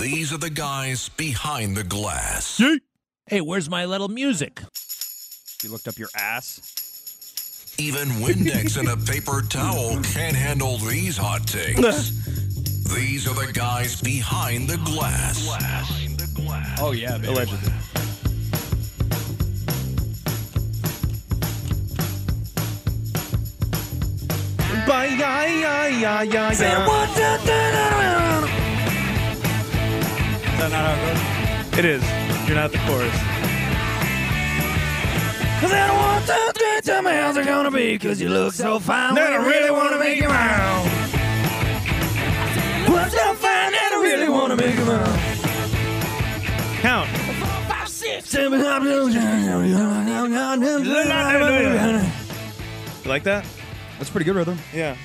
These are the guys behind the glass. Hey, where's my little music? You looked up your ass? Even Windex and a paper towel can't handle these hot takes. These are the guys behind the glass. Oh, yeah, Allegedly. Bye, yeah, yeah, yeah, yeah, yeah. Is that not how it goes? It is. You're not the chorus. Cause I don't want to three, tell me how's it gonna be Cause you look so fine when I really wanna make you mine What's so fine that I really wanna make you mine Count. Tell me how it goes. You like that? That's pretty good rhythm. Yeah.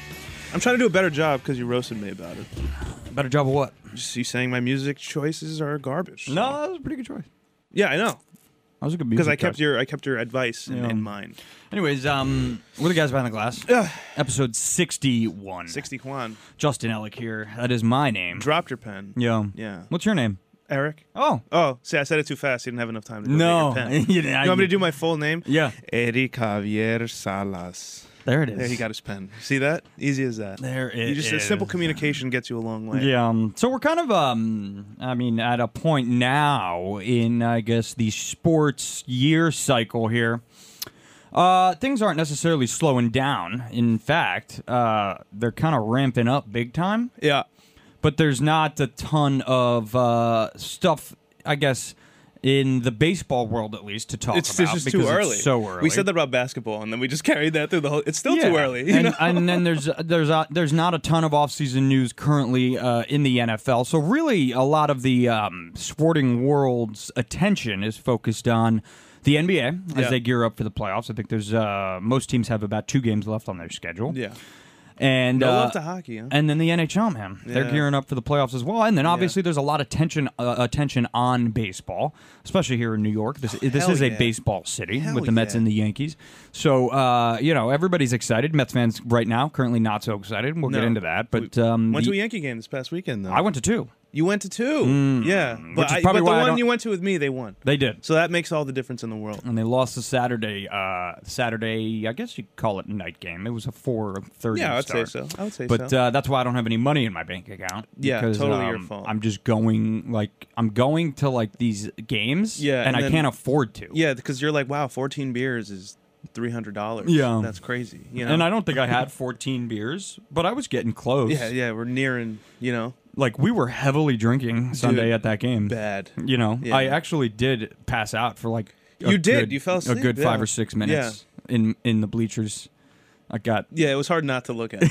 I'm trying to do a better job because you roasted me about it. Better job of what? Just you saying my music choices are garbage. No, that was a pretty good choice. Yeah, I know. That was a good music Because I kept choice. your I kept your advice in, Yeah. in mind. Anyways, um, we're the guys behind the glass. Ugh. Episode 61. Sixty Kwan Justin Ellick here. That is my name. dropped your pen. Yo. Yeah. What's your name? Eric. Oh. Oh, see, I said it too fast. You didn't have enough time to go No. get You your pen. didn't- you I- want me to do my full name? Yeah. Eric Javier Salas. There it is. There he got his pen. See that? Easy as that. There it you just, is. Simple communication gets you a long way. Yeah. Um, so we're kind of, um, I mean, at a point now in, I guess, the sports year cycle here. Uh, things aren't necessarily slowing down. In fact, uh, they're kind of ramping up big time. Yeah. but there's not a ton of uh, stuff, I guess, in the baseball world at least to talk It's, about it's just because too early. It's so early. We said that about basketball, and then we just carried that through the whole. It's still Yeah. too early. You and, know? and then there's there's uh, there's not a ton of offseason news currently uh, in the NFL. So really, a lot of the um, sporting world's attention is focused on the NBA as Yeah. they gear up for the playoffs. I think there's uh, most teams have about two games left on their schedule. yeah. and No uh, love to hockey, huh? and then the NHL, man, they're Yeah. gearing up for the playoffs as well. And then obviously, there's a lot of tension, uh, attention on baseball, especially here in New York. This this hell is a yeah. baseball city Hell with the Mets yeah. and the Yankees. So uh, you know everybody's excited. Mets fans right now currently not so excited. We'll get No. into that, but um, went the- to a Yankee game this past weekend, though. I went to two. you went to two. yeah. But, is I, probably but the why I one don't- you went to with me, they won. They did. So that makes all the difference in the world. and they lost the Saturday, uh, Saturday. I guess you would call it night game. It was a four thirty. Yeah, I would say start. so. I would say but so. uh, that's why I don't have any money in my bank account. Yeah, because, totally your um, fault. I'm just going like I'm going to like these games. Yeah, and, and I then- can't afford to. yeah, because you're like, wow, 14 beers is three hundred dollars. Yeah. That's crazy. You know. and I don't think I had 14 beers, but I was getting close. Yeah, yeah, we're nearing. You know, Like we were heavily drinking Sunday at that game. bad. You know, Yeah. I actually did pass out for like a You did. good- You fell a asleep. good five Yeah. or six minutes in in the bleachers. I got Yeah, it was hard not to look at.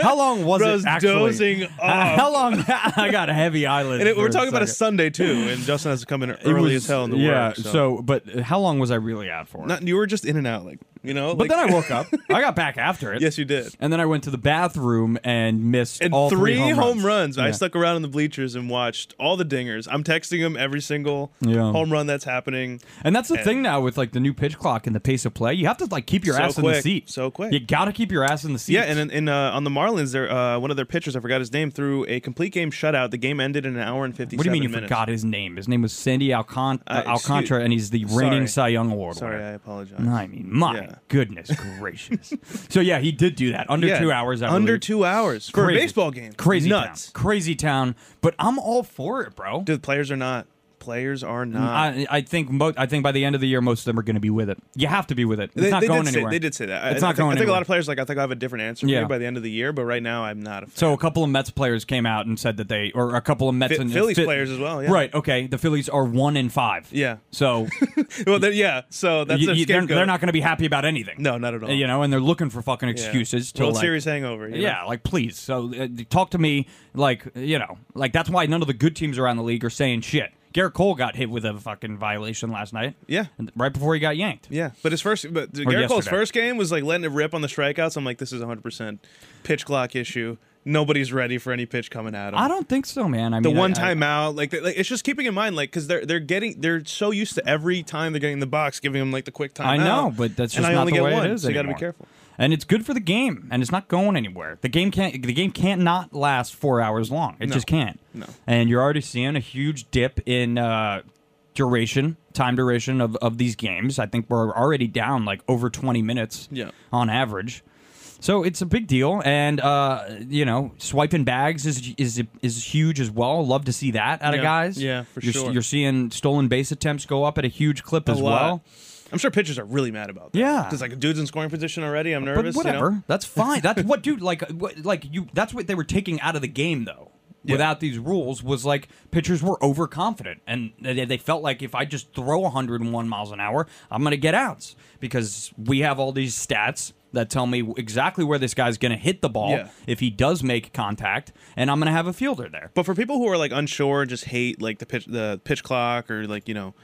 how long was Bro's it actually? dozing off. How long? I got a heavy eyelid. And it, for we're a talking about a second. Sunday too, and Justin has to come in It early was- as hell in the yeah, work. so. but how long was I really out for? not you were just in and out, like you know. but then I woke up. I got back after it. yes, you did. And then I went to the bathroom and missed And all three, three, home, runs. I Yeah. stuck around in the bleachers and watched all the dingers. I'm texting him every single Yeah. home run that's happening. And that's the thing now with like the new pitch clock and the pace of play. You have to like keep your So ass in the quick, seat. so quick. You got to keep your ass in the seat. Yeah, and in, in uh, on the Marlins, there uh, one of their pitchers, I forgot his name, threw a complete game shutout. The game ended in an hour and fifty. what do you mean you minutes. forgot his name? His name was Sandy Alcon- Uh, excuse- Alcantara, and he's the reigning Cy Sorry. Young Award Sorry, winner. I apologize. I mean, my Yeah. goodness gracious. so yeah, he did do that under Yeah, two hours. I under believe. two hours for Crazy. a baseball game. Crazy nuts. town. Crazy town. But I'm all for it, bro. Dude, uh, players are not. Players are not. Mm, I, I think mo- I think by the end of the year, most of them are going to be with it. You have to be with it. It's they, not they going did anywhere. Say, they did say that. I- It's I, not think, going I think a anywhere. lot of players like I think I have a different answer for Yeah. you by the end of the year, but right now I'm not a fan. So a couple of Mets players came out and said that they, or a couple of Mets Phi- and Phillies Phi- players as well, yeah. Right. Okay. The Phillies are one in five. Yeah. So well, they're- yeah. So that's y- their y- they're, scapegoat. they're not going to be happy about anything. No, not at all. You know, and they're looking for fucking Yeah. excuses to World like, Series hangover. you know? Yeah, like please. So uh, talk to me, like you know, like that's why none of the good teams around the league are saying shit. Garrett Cole got hit with a fucking violation last night. Yeah. and- right before he got yanked. Yeah, but his first, but Garrett Cole's yesterday. first game was like letting it rip on the strikeouts. I'm like, this is 100 percent pitch clock issue. Nobody's ready for any pitch coming at him. I don't think so, man. I the mean, one I- I- time out, like, like it's just keeping in mind, like, because they're they're getting they're so used to every time they're getting in the box, giving them like the quick time. I know, but that's just and I not only the get way one, it is. So you got to be anymore. careful. and it's good for the game, and it's not going anywhere. The game can't the game can't not last four hours long. It just can't. No. And you're already seeing a huge dip in uh, duration, time duration of of these games. I think we're already down like over 20 minutes Yeah. on average. So it's a big deal, and uh, you know, swiping bags is is is huge as well. Love to see that out of Yeah. guys. Yeah, for you're, sure. You're seeing stolen base attempts go up at a huge clip as lot. well. I'm sure pitchers are really mad about that. Yeah. Because, like, a dude's in scoring position already. I'm nervous. but whatever, You know? that's fine. That's what, dude. Like, what, like you. That's what they were taking out of the game, though. Without these rules, was like pitchers were overconfident, and they, they felt like if I just throw 101 miles an hour, I'm gonna get outs because we have all these stats that tell me exactly where this guy's gonna hit the ball Yeah. if he does make contact, and I'm gonna have a fielder there. But for people who are, like, unsure, just hate, like, the pitch, the pitch clock or, like, you know,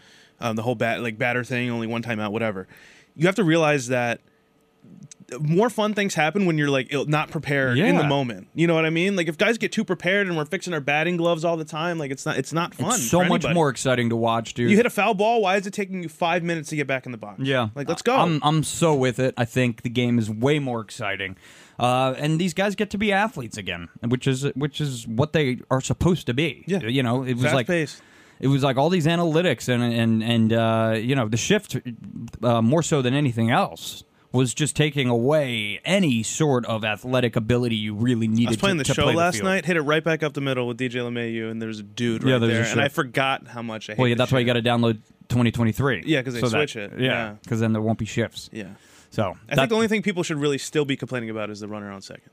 um, the whole bat, like, batter thing, only one time out, whatever, you have to realize that more fun things happen when you're, like, ill, not prepared in the Yeah. moment. You know what I mean? Like, if guys get too prepared and we're fixing our batting gloves all the time, like, it's not it's not fun. so for much anybody. more exciting to watch, dude. You hit a foul ball. Why is it taking you five minutes to get back in the box? Yeah, Like, let's go. I'm I'm so with it. I think the game is way more exciting, uh, and these guys get to be athletes again, which is which is what they are supposed to be. Yeah. you know, it was Fast like paced. it was like all these analytics and and and uh, you know the shift uh, more so than anything else was just taking away any sort of athletic ability you really needed. I was playing to, the to show play last field. night, hit it right back up the middle with DJ LeMayu, and there's a dude right Yeah, there's a there, shirt. and I forgot how much I hate Well, yeah, the that's why you shirt. got to download 2023. Yeah, 'cause they so that- switch it. Yeah, Yeah. because then there won't be shifts. Yeah. So I that- think the only thing people should really still be complaining about is the runner on second.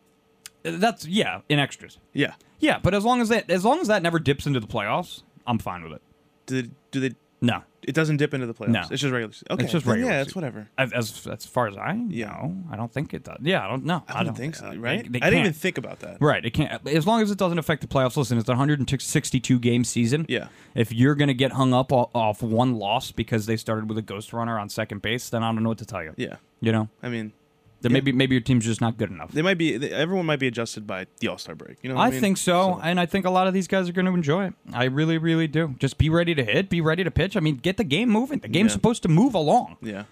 that's yeah in extras. Yeah. Yeah, but as long as that as long as that never dips into the playoffs, I'm fine with it. Do they, do they? No, It doesn't dip into the playoffs. No. It's just regular. se- Okay. it's just then regular. Yeah, season. it's whatever. As as, as far as I Yeah. know, I don't think it does. Yeah, I don't know. I, don't think so. uh, Right? they- they I can't. didn't even think about that. Right, it can't. As long as it doesn't affect the playoffs. Listen, it's a 162 game season. Yeah. If you're gonna get hung up o- off one loss because they started with a ghost runner on second base, then I don't know what to tell you. Yeah. You know, I mean, then maybe maybe your team's just not good enough. they might be. They, everyone might be adjusted by the All Star break. You know. What I I, mean? think so, and I think a lot of these guys are going to enjoy it. I really, really do. Just be ready to hit, be ready to pitch. I mean, get the game moving. The game's Yeah. supposed to move along. Yeah.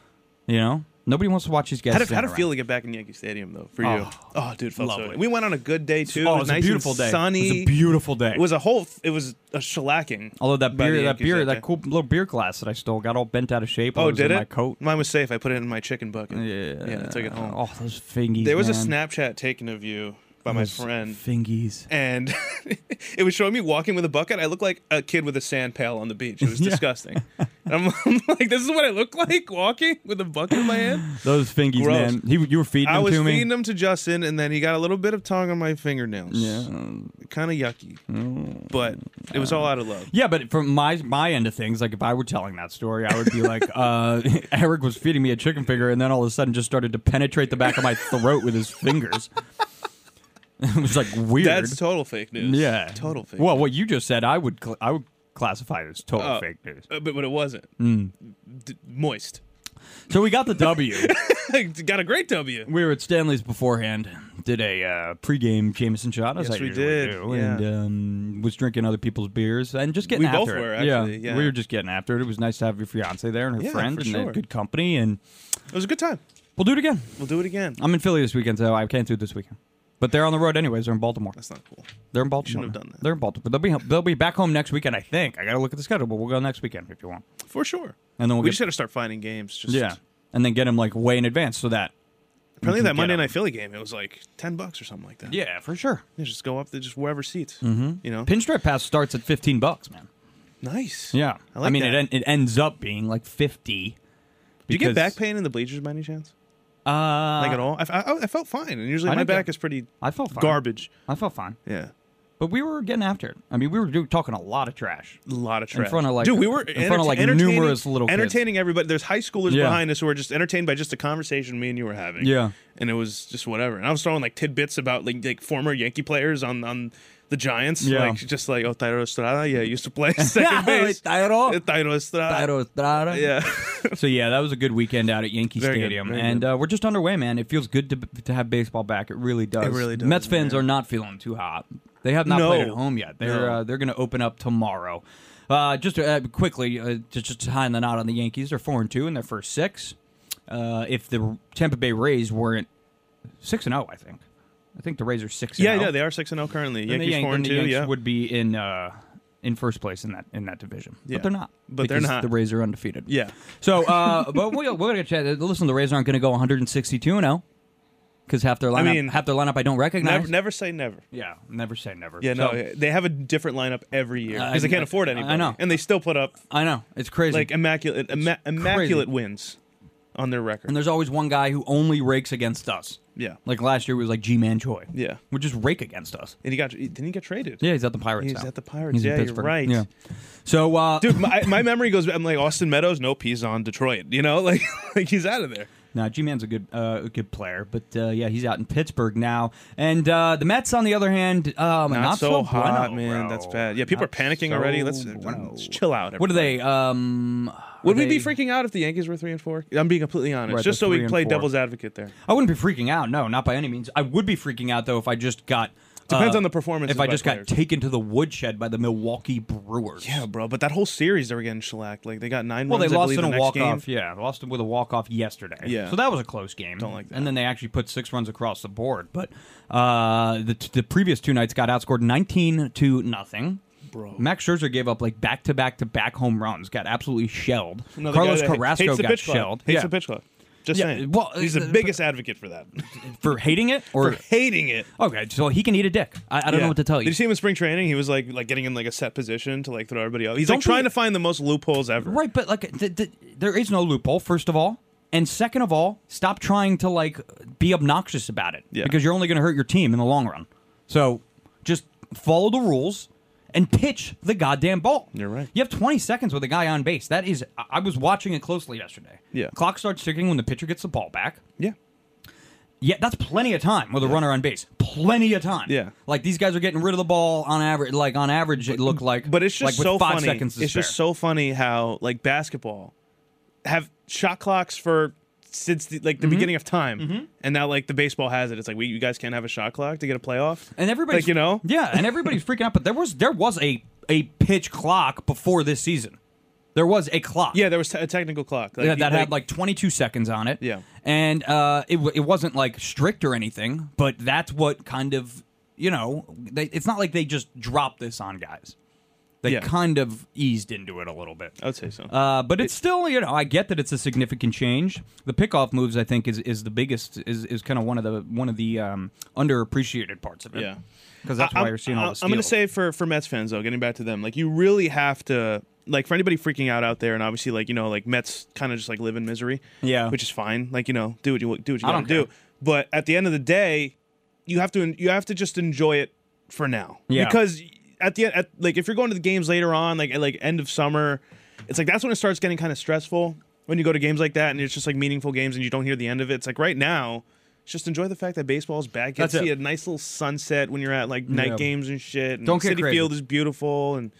You know, nobody wants to watch these guys. How did, stand how did it around. feel to get back in Yankee Stadium though for you? Oh, Oh, dude, felt so lovely. good. We went on a good day too. Oh, it it was was a nice and beautiful day. It was a Sunny, beautiful day. It was a whole. It was a shellacking. Although that by the beer, that Yankees beer, that, day. cool little beer glass that I stole got all bent out of shape. while Oh, it was did in it? My coat. Mine was safe. I put it in my chicken bucket. Yeah, yeah. I took it home. Oh, those fingies. there was a man. Snapchat taken of you by my Those friend, Fingies. and it was showing me walking with a bucket. I look like a kid with a sand pail on the beach. It was Yeah. disgusting. And I'm, I'm like, this is what I look like walking with a bucket in my hand. Those fingies, Gross. man. He, you were feeding I them was to me. feeding them to Justin, and then he got a little bit of tongue on my fingernails. Yeah. Oh, kind of yucky, but it was all out of love. Yeah, but from my my end of things, like if I were telling that story, I would be like, uh, Eric was feeding me a chicken finger, and then all of a sudden just started to penetrate the back of my throat with his fingers. it was like weird. That's total fake news. yeah, total fake. Well, what you just said, I would cl- I would classify as total Oh. fake news. Uh, but but it wasn't Mm. D- moist. So we got the W. got a great W. we were at Stanley's beforehand. Did a uh, pregame Jameson shot, as Yes, I we usually did, do, yeah. and um, was drinking other people's beers and just getting We both after were, it. actually, yeah. we were just getting after it. It was nice to have your fiance there and her Yeah, friend for and uh, sure. good company, and It was a good time. we'll do it again. We'll do it again. I'm in Philly this weekend, so I can't do it this weekend. But they're on the road anyways. They're in Baltimore. That's not cool. They're in Baltimore. have done that. They're in Baltimore. They'll be they'll be back home next weekend, I think. I got to look at the schedule, but we'll go next weekend if you want. For sure. And then we'll we get- just got to start finding games. Just, Yeah, and then get them like way in advance so that Apparently can that get Monday them. night Philly game, it was like ten bucks or something like that. yeah for sure. You just go up to just wherever seats. Mm-hmm. You know, Pinstripe pass starts at 15 bucks, man. nice. Yeah, I, like mean that. it en- it ends up being like 50. Do you get because- back pain in the bleachers by any chance? Uh, Like at all? I, I, I felt fine, and usually I my didn't get- back is pretty I felt fine. garbage. I felt fine, Yeah, but we were getting after it. I mean, we were do- talking a lot of trash. a lot of trash. front of, like- dude, we were in front of, enter- like, entertaining- numerous little kids. entertaining everybody. There's high schoolers Yeah. behind us who are just entertained by just a conversation me and you were having. Yeah. and it was just whatever. And I was throwing like tidbits about like, like former Yankee players on on. The Giants, Yeah. like just like oh, Tyro Estrada, yeah, used to play second base. Tyro. Tyro Estrada, yeah. So yeah, that was a good weekend out at Yankee Very good, Stadium, very and good. uh, we're just underway, man. It feels good to to have baseball back. It really does. It really does, Mets fans man. are not feeling too hot. They have not No. played at home yet. They're No. uh, they're going to open up tomorrow. Uh, just uh, quickly, uh, just just tying the knot on the Yankees. They're four and two in their first six. Uh, if the Tampa Bay Rays weren't six and zero. I think. I think the Rays are six. Yeah, and yeah, oh. they are six and zero currently. Then the Yankees Yan- four and then two. the Yanks Yeah, would be in uh, in first place in that in that division. Yeah. But they're not. But they're because not. The Rays are undefeated. yeah. So, uh, but we, we're gonna chat. Listen, the Rays aren't gonna go 162 and 0 because half their lineup, mean, half their lineup, I don't recognize. Never, never say never. yeah, never say never. Yeah, no, So, they have a different lineup every year because I- they can't I- afford I anybody. know. and they still put up I know it's crazy. like immaculate, imma- immaculate wins on their and record. there's always one guy who only rakes against us. Yeah, Like last year was like G Man Choi. Yeah. would just rake against us. and he got didn't he get traded? Yeah, he's at the Pirates. He's now. at the Pirates. He's in Yeah, you're Pittsburgh. right. Yeah. So, uh, Dude, my, my memory goes. I'm like Austin Meadows. Nope, he's on Detroit. You know, like like he's out of there. Now, G Man's a good uh, a good player, but uh, yeah, he's out in Pittsburgh now. And uh, the Mets, on the other hand, um, not, Not, so, bueno, hot, man. That's bro. bad. Yeah, people Not are panicking so already. Let's, uh, bueno. let's chill out. What are everybody. they? Um, Would are we be they- freaking out if the Yankees were three and four? I'm being completely honest, Right, just they're so three we and play four. devil's advocate there. I wouldn't be freaking out. No, not by any means. I would be freaking out though if I just got Depends uh, on the performances If I by just players. got taken to the woodshed by the Milwaukee Brewers. Yeah, bro. But that whole series, they were getting shellacked. Like they got nine. Well, they runs, I lost believe, in the a next walk game. off. Yeah, they lost with a walk off yesterday. Yeah. so that was a close game. Don't like that. And then they actually put six runs across the board. But uh, the the previous two nights got outscored nineteen to nothing. Bro. Max Scherzer gave up like back to back to back home runs. Got absolutely shelled. Another guy Carlos that hates Carrasco the got pitch clock. shelled. Hates yeah, the pitch clock. Just Yeah, saying. well, he's the uh, biggest advocate for that. for hating it or. for hating it. Okay, so he can eat a dick. I, I don't know what to tell Did you. you see him in spring training? He was like like getting in like a set position to like throw everybody out. He's Don't like be- trying to find the most loopholes ever. Right, but like, th- th- there is no loophole. First of all, and second of all, stop trying to like be obnoxious about it Yeah. because you're only going to hurt your team in the long run. So just follow the rules and pitch the goddamn ball. You're right. You have 20 seconds with a guy on base. That is, I, I was watching it closely yesterday. Yeah. clock starts ticking when the pitcher gets the ball back. Yeah. Yeah, that's plenty of time with a runner on base. Plenty of time. Yeah. like these guys are getting rid of the ball on average. Like on average, it looked like. But it's like, just with so five funny. Seconds to it's just spare. so funny how like basketball have shot clocks for since the, like the Mm-hmm. beginning of time, and now like the baseball has it. It's like we you guys can't have a shot clock to get a playoff. and everybody's like you know yeah, and everybody's freaking out. But there was there was a a pitch clock before this season. There was a clock. yeah there was te- a technical clock like, Yeah, you- that had like 22 seconds on it. Yeah. and uh, it w- it wasn't like strict or anything, but that's what kind of you know they, it's not like they just dropped this on guys. They Yeah. kind of eased into it a little bit. I would say so. Uh, but it's still, you know, I get that it's a significant change. The pickoff moves, I think, is, is the biggest, is, is kind of one of the one of the um, underappreciated parts of it. Yeah. because that's why I'm- you're seeing all I'm- the. I'm going to steals. say for for Mets fans though, getting back to them, like you really have to like for anybody freaking out out there, and obviously like you know like Mets kind of just like live in misery, Yeah. which is fine. Like you know do what you do what you I got to don't do, care. but at the end of the day, you have to you have to just enjoy it for now, Yeah. because at the end at, like if you're going to the games later on, like at like end of summer, it's like that's when it starts getting kind of stressful when you go to games like that, and it's just like meaningful games, and you don't hear the end of it. It's like right now. Just enjoy the fact that baseball's back. Get That's to see it. a nice little sunset when you're at like night Yeah. games and shit. And Don't get City crazy. Field is beautiful and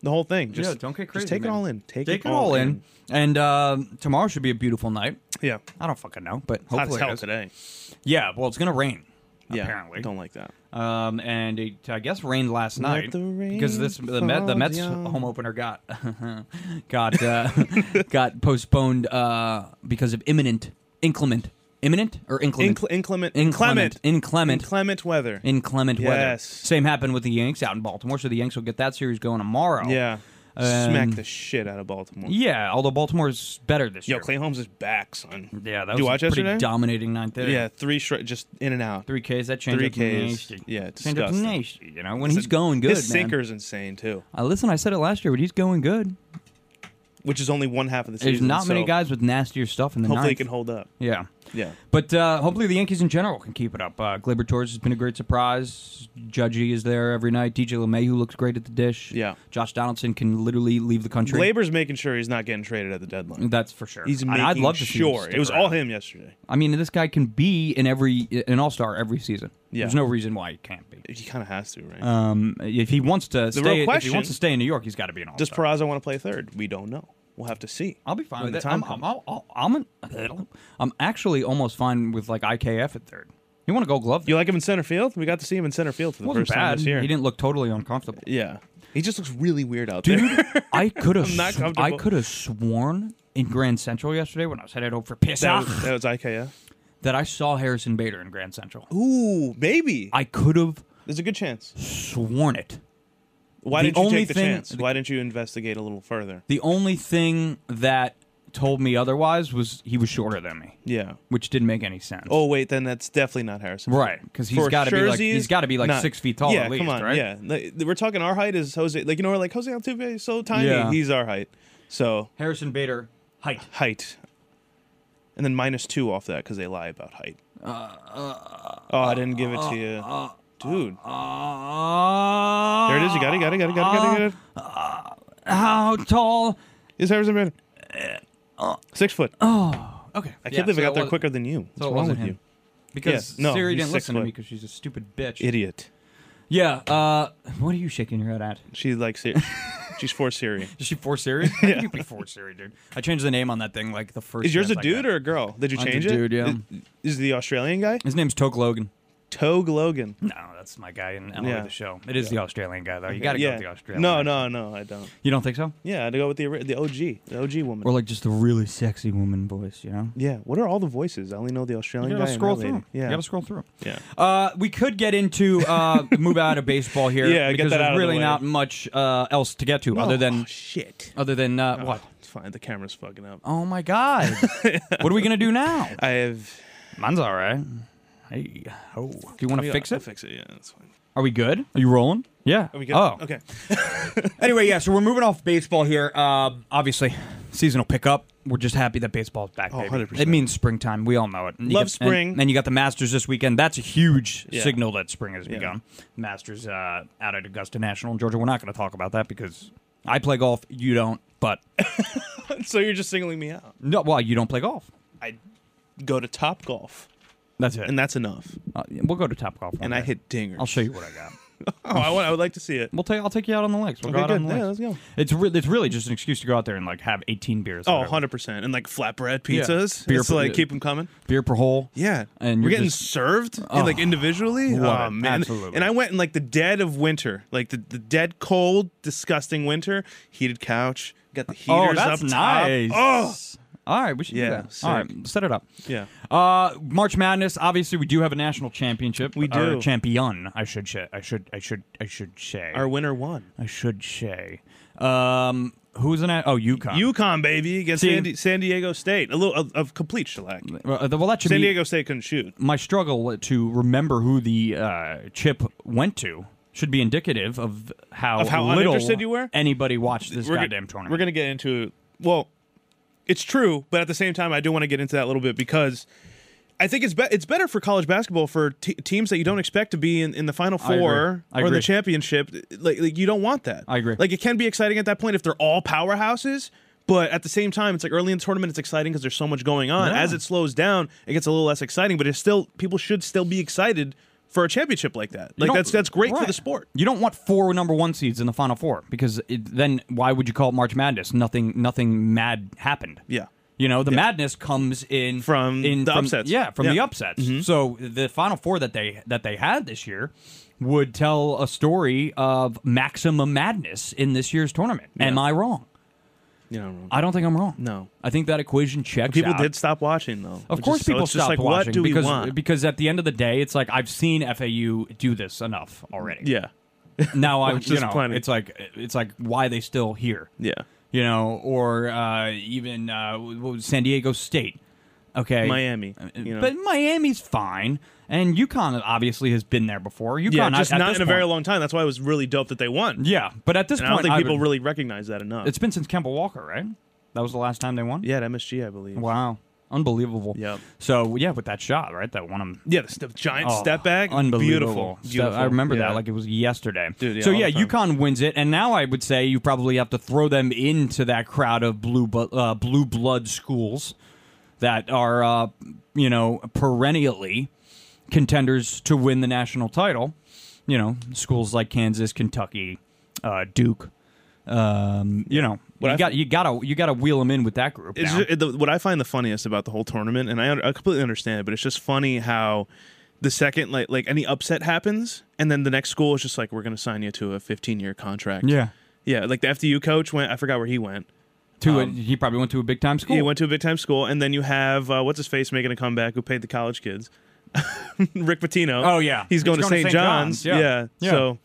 the whole thing. Just, yeah, don't get just crazy. take man. it all in. Take, it, all in. And uh, tomorrow should be a beautiful night. Yeah. I don't fucking know, but Hot as hopefully it hell is. today. Yeah, well, it's gonna rain. Yeah. apparently. Don't like that. Um, and it, I guess rained last night the rain because this the, Met, the fall Mets down. home opener got got uh, got postponed uh, because of imminent inclement imminent or inclement Incle- inclement. inclement Inclement. inclement Inclement weather. inclement weather. Yes. Same happened with the Yanks out in Baltimore, so the Yanks will get that series going tomorrow. yeah. Um, Smack the shit out of Baltimore. yeah. Although Baltimore's better this Yo, year. Clay Holmes is back, son. Yeah, that was Did you a watch pretty yesterday? dominating ninth there. Yeah, three stri- just in and out. Three Ks, that change Three up Ks. nasty. Yeah, change up disgusting. nasty, You know, when he's going good, His man. sinker's insane too, Uh, listen, I said it last year, but he's going good. which is only one half of the season. There's not many so guys with nastier stuff in the Hopefully, he ninth. can hold up. yeah. Yeah. But uh, hopefully the Yankees in general can keep it up. Uh, Gleyber Torres has been a great surprise. Judgy is there every night. DJ LeMahieu looks great at the dish. Yeah. Josh Donaldson can literally leave the country. Labor's making sure he's not getting traded at the deadline. That's for sure. He's And making I'd love to see him sure. stick It was around. all him yesterday. I mean, this guy can be in every an All Star every season. Yeah. There's no reason why he can't be. He kind of has to, right? Um, if he wants to stay, if he question- wants to stay in New York, he's got to be an All Does Star. Peraza want to play third? We don't know. We'll have to see. I'll be fine when with the that. time I'm, comes. I'm, I'll- I'm, I'm, I'm actually almost fine with like IKF at third. You want to go glove? You like him in center field? We got to see him in center field for the wasn't first time bad. this year. He didn't look totally uncomfortable. yeah, he just looks really weird out there. Dude, I could have I'm not sw- I comfortable. could have sworn in Grand Central yesterday when I was headed over for piss that, off was, that was IKF. that I saw Harrison Bader in Grand Central. Ooh, maybe. I could have There's a good chance. sworn it. Why The didn't you only take the thing- chance? Why didn't you investigate a little further? The only thing that told me otherwise was he was shorter than me, Yeah. which didn't make any sense. Oh wait, then that's definitely not Harrison. right, because he's For got to be like Scherzies, he's got to be like not- six feet tall yeah, at least, come on, right? Yeah, Like, we're talking our height is Jose. Like you know, we're like Jose Altuve is so tiny. Yeah. He's our height. So Harrison Bader height. height, and then minus two off that because they lie about height. Uh, oh, I didn't give it to you, dude. There it is. You got it. Got it. Got it. Got it. Got it. Uh, Got it. Ah, How tall? Is Harrison Bader uh, six foot? Okay, I can't believe I got there quicker than you. What's so it wrong wasn't with him. you, because Yeah, no, Siri he's didn't six listen to me foot. because she's a stupid bitch. idiot? yeah. Uh, what are you shaking your head at? She likes Siri. She's for Siri. Is she four Siri? I think you be four Siri, dude. I changed the name on that thing like the first. Is yours a chance I dude got. or a girl? Did you Mine's a change dude, it? yeah. Is, is the Australian guy His name's Toke Logan. Togue Logan? No, that's my guy in Emily Yeah. the Show. It is the Australian guy though. You gotta go yeah. with the Australian. No, guy. no, no, I don't. You don't think so? Yeah, I had to go with the ori- the OG, the OG woman. Or like just a really sexy woman voice, you know? yeah. What are all the voices? I only know the Australian You guy. gotta and scroll that lady. through. Yeah. You gotta scroll through. yeah. Uh, we could get into uh, move out of baseball here. Yeah, get because that there's out of the really way. not much uh, else to get to other oh, than shit. other than uh, what? Oh, it's fine. The camera's fucking up. Oh my god! what are we gonna do now? I have. Mine's all right. Hey, oh, do you want to fix I'll it? fix it. Yeah, that's fine. Are we good? Are you rolling? Yeah. Are we good? Oh, Okay. Anyway, yeah, so we're moving off baseball here. Um, obviously, season will pick up. We're just happy that baseball's back. Oh, baby. 100%. It means springtime. We all know it. And you Love got- spring. And, and you got the Masters this weekend. That's a huge Yeah. signal that spring has Yeah. begun. Masters uh, out at Augusta National in Georgia. We're not going to talk about that because I play golf. You don't. But so you're just singling me out. no, well, you don't play golf. I go to Top Golf, That's it. and that's enough. uh, we'll go to top golf. And I hit dingers. I'll show you what I got. Oh, I, want, I would like to see it. We'll take. I'll take you out on the lakes. We'll go Okay, out on good. the Yeah, lakes. let's go. It's re- it's really just an excuse to go out there and like have 18 beers. Oh, whatever. 100%. And like flatbread pizzas. Beer It's pu- like keep them coming. beer per hole. Yeah, And we're you're getting just- served in, like individually. love Oh, it. man, Absolutely. And I went in like the dead of winter, like the, the dead cold, disgusting winter. Heated couch, got the heaters oh, that's up top. nice. Oh, All right, we should Yeah, do that. All right, set it up. yeah. Uh, March Madness. Obviously, we do have a national championship. We Or do. champion. I should say. I should. I should. I should say. Our winner won. I should say. Um, who's in that? Oh, UConn. UConn baby against See- San, Di- San Diego State. A little of, of complete shellac. Uh, well, that should San be Diego State couldn't shoot. my struggle to remember who the uh, chip went to. Should be indicative of how, Of how little uninterested you were? anybody watched this go- goddamn tournament. We're gonna get into well, it's true, but at the same time, I do want to get into that a little bit because I think it's be- it's better for college basketball for te- teams that you don't expect to be in, in the final agree. four I or the agree. championship. Like, like you don't want that. I agree. Like it can be exciting at that point if they're all powerhouses. But at the same time, it's like early in the tournament, it's exciting because there's so much going on. Yeah. As it slows down, it gets a little less exciting. But it's still people should still be excited for a championship like that. Like don't- that's that's great for right. the sport. You don't want four number one seeds in the final four because it, then why would you call it March Madness? Nothing, nothing mad happened. Yeah. You know, the madness comes in From in, the upsets. Yeah, from Yeah. Mm-hmm. the upsets. So the final four that they that they had this year would tell a story of maximum madness in this year's tournament. Am I wrong? You know, I don't think I'm wrong. No. I think that equation checks people out. did stop watching though. Of which is- course, so people it's just stopped like, watching What do because we want? because at the end of the day, it's like I've seen FAU do this enough already. Yeah, now I Which you is know plenty. it's like it's like why they still here yeah. you know or uh, even uh, what was San Diego State okay Uh, Miami, you know. but Miami's fine and UConn obviously has been there before UConn yeah, I- just at not in this a very point- long time. That's why it was really dope that they won. yeah but at this and I point don't think people would- really recognize that enough. it's been since Kemba Walker right that was the last time they won yeah, at MSG, I believe. wow unbelievable Yep. so yeah with that shot right that won them Yeah, the st- giant Oh, step back, unbelievable. beautiful, Step- beautiful. I remember Yeah. that like it was yesterday. Dude, yeah, so all yeah, the time. UConn wins it, and now I would say you probably have to throw them into that crowd of blue bu- uh, blue blood schools that are uh, you know perennially contenders to win the national title. You know, schools like Kansas, Kentucky, uh, Duke. Um, you know, What you I- got you gotta you gotta wheel them in with that group. It's now. ju- the, what I find the funniest about the whole tournament, and I, un- I completely understand it, but it's just funny how the second like like any upset happens, and then the next school is just like, we're going to sign you to a 15 year contract. yeah. yeah. Like the FDU coach went. I forgot where he went. To a, he probably went to a big time school. um, He went to a big time school, and then you have uh, what's his face making a comeback who paid the college kids. Rick Pitino. Oh, yeah. he's going, He's to going St. John's. Yeah. Yeah. so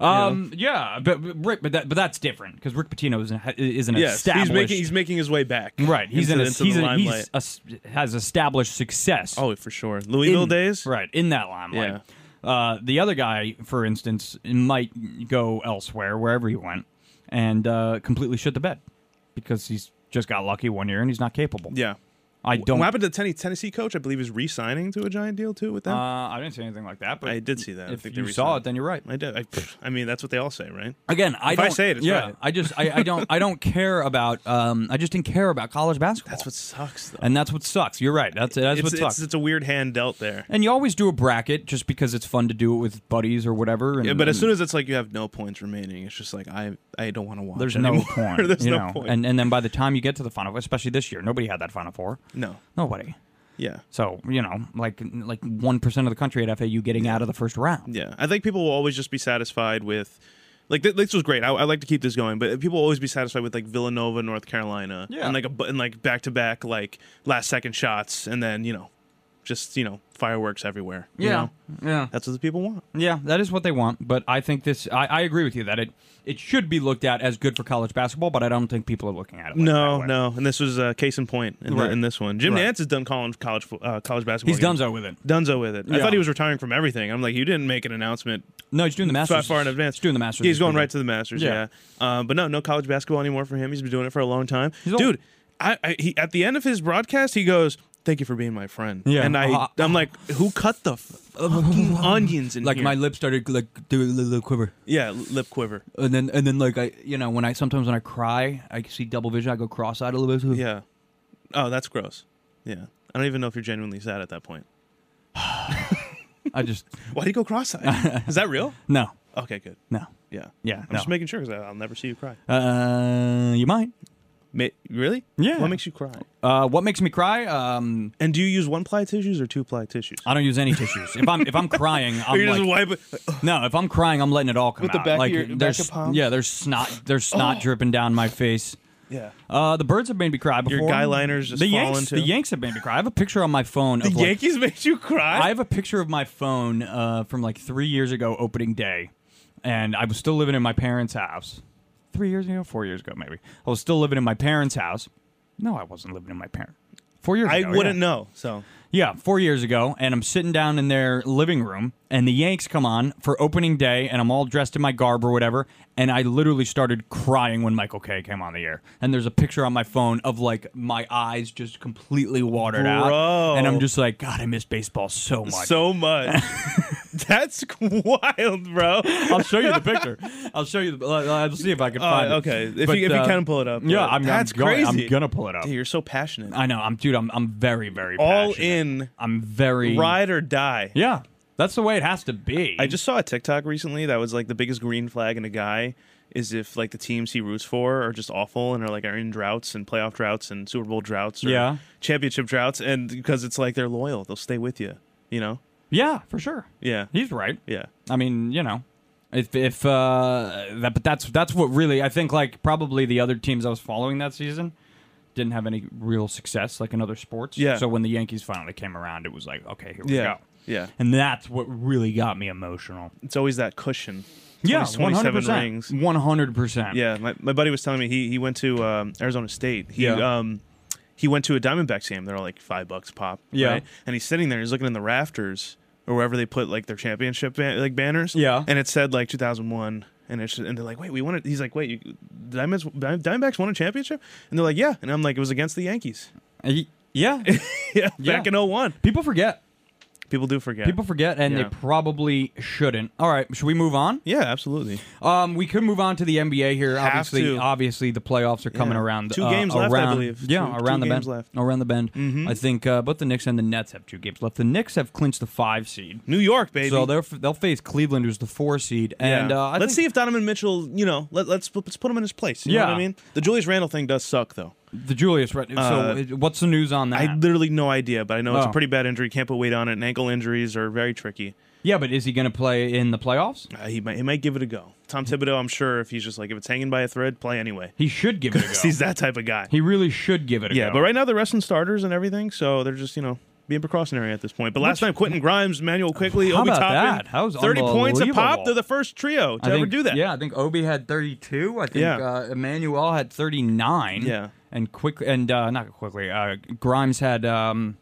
um, yeah, but but Rick, but that, but that's different because Rick Pitino isn't isn't yes, established. he's making he's making his way back. right. He's into, in a, into he's, the a, limelight. he's a s- has established success. oh, for sure. Louisville in- days. right in that limelight. Uh, the other guy, for instance, might go elsewhere, wherever he went, and uh, completely shit the bed because he's just got lucky one year and he's not capable. Yeah. I don't. What happened to the Tenny- Tennessee coach? I believe is re-signing to a giant deal too with them. uh, I didn't say anything like that, but I did see that. I If think they you saw re-signed. it, then you're right. I did. I, I mean, that's what they all say, right? Again, I If I don't say it, it's yeah, right. I just I, I don't I don't care about um I just didn't care about college basketball. That's what sucks though. and that's what sucks. You're right. That's that's it's, what it's, sucks. it's a weird hand dealt there. and you always do a bracket just because it's fun to do it with buddies or whatever. And, Yeah, but as and- soon as it's like you have no points remaining, it's just like I I don't want to watch. There's anymore. no point. There's you no know? point. And and then by the time you get to the final, especially this year, nobody had that final four. no. Nobody. Yeah. So you know, like like one percent of the country at FAU getting out of the first round. Yeah. I think people will always just be satisfied with, like th- this was great. I, I like to keep this going, but people will always be satisfied with like Villanova, North Carolina, Yeah. and like a bu- and like back to back like last second shots, and then you know, just you know fireworks everywhere. you know? yeah, That's what the people want. yeah. That is what they want. But I think this. I, I agree with you that it it should be looked at as good for college basketball. But I don't think people are looking at it. like No, that way. no, and this was uh, case in point in, the- Right. in this one. Jim Right. Nance has done college college fo- uh, college basketball. He's games. donezo with it. Dunzo with it. I Yeah. thought he was retiring from everything. I'm like, you didn't make an announcement No, he's doing the far, masters. far in advance. He's doing the masters. He's this going weekend. right to the masters. Yeah. Yeah. Uh, but no, no college basketball anymore for him. He's been doing it for a long time. old. Dude, I, I he, at the end of his broadcast, he goes, "Thank you for being my friend." Yeah. And I, Uh, I'm like, who cut the fucking onions in Like here? my lip started like do a little quiver. yeah lip quiver. and then and then like I you know when I sometimes when I cry I see double vision I go cross eyed a little bit. Yeah. Oh, that's gross. Yeah. I don't even know if you're genuinely sad at that point. I just Why do you go cross-eyed? Is that real? no Okay, good. no Yeah. yeah I'm no. just making sure because I'll never see you cry. uh, you might. Ma- really? Yeah. What makes you cry? Uh, what makes me cry? Um, And do you use one ply tissues or two ply tissues? I don't use any tissues. If I'm if I'm crying, I'm you like, just wipe it. no. If I'm crying, I'm letting it all come With the out. back of like your- back there's of Oh. palm? yeah, there's snot there's snot dripping down my face. Yeah. Uh, the birds have made me cry before. Your guy liners just the fall Yanks, into the Yanks have made me cry. I have a picture on my phone. of like, Yankees made you I cry. have a picture of my phone uh, from like three years ago, opening day, and I was still living in my parents' house. Three years ago, four years ago, maybe. I was still living in my parents' house. No, I wasn't living in my parents. Four years. I ago, wouldn't yeah. know. So Yeah, four years ago, and I'm sitting down in their living room, and the Yanks come on for opening day, and I'm all dressed in my garb or whatever, and I literally started crying when Michael K came on the air. And there's a picture on my phone of like my eyes just completely watered out, Bro. and I'm just like, God, I miss baseball so much. so much. That's wild, bro. I'll show you the picture. I'll show you. The, I'll I'll see if I can Uh, find okay, it. if you- if you can pull it up, Yeah, but I'm. that's I'm going, crazy. I'm gonna pull it up. Dude, you're so passionate. I know. I'm, dude. I'm. I'm very, very All passionate. in, I'm very. ride or die. Yeah, that's the way it has to be. I just saw a TikTok recently that was like the biggest green flag in a guy is if like the teams he roots for are just awful and are like are in droughts and playoff droughts and Super Bowl droughts or Yeah. championship droughts and because it's like they're loyal, they'll stay with you. You know? Yeah, for sure. Yeah. He's right. Yeah. I mean, you know, if if uh, that, but that's that's what really I think. Like probably the other teams I was following that season didn't have any real success, like in other sports. Yeah. So when the Yankees finally came around, it was like, okay, here we Yeah. go. Yeah. And that's what really got me emotional. It's always that cushion. Yeah, 20 27 rings. One hundred percent. Yeah, my, my buddy was telling me he he went to um, Arizona State. He, Yeah. um he went to a Diamondbacks game. They're all like five bucks pop. Yeah. right? and he's sitting there. He's looking in the rafters or wherever they put like their championship ban- like banners. Yeah. and it said like 2001. And it's and they're like, wait, we won it. He's like, wait, you, Diamonds, Dim- Diamondbacks won a championship? And they're like, yeah. And I'm like, it was against the Yankees. Y- Yeah. yeah, Yeah. back in 01. People forget. People do forget. People forget, and Yeah. they probably shouldn't. All right, should we move on? yeah, absolutely. Um, we could move on to the NBA here. Have obviously, to. obviously, the playoffs are coming Yeah. around. Two uh, games left, I around- believe. Yeah, Two- around two the bend. games left. Mm-hmm. Around the bend. I think uh, both the Knicks and the Nets have two games left. The Knicks have clinched the five seed, New York, baby. so they'll they'll face Cleveland, who's the four seed. And uh, I think let's see if Donovan Mitchell, you know, let, let's let's put him in his place. You know what Yeah. I mean? The Julius Randle thing does suck though. the Julius. Right, Uh, so uh, what's the news on that? I literally no idea, but I know it's Oh. a pretty bad injury. Can't put weight on it. And ankle injuries are very tricky. yeah, but is he going to play in the playoffs? Uh, he might he might give it a go. Tom Thibodeau, I'm sure if he's just like if it's hanging by a thread, play anyway. He should give it a go. 'Cause he's that type of guy. He really should give it a yeah, go. but right now they're resting starters and everything, so they're just you know being precautionary at this point. But last time, Quentin Grimes, Manuel Quickly, How Obi about Toppin, that? That was thirty points a pop. unbelievable. They're the first trio to I ever think- do that. Yeah, I think Obi had 32. I think Yeah. uh, Emmanuel had 39. Yeah. And quick and uh, not quickly. Uh, Grimes had um,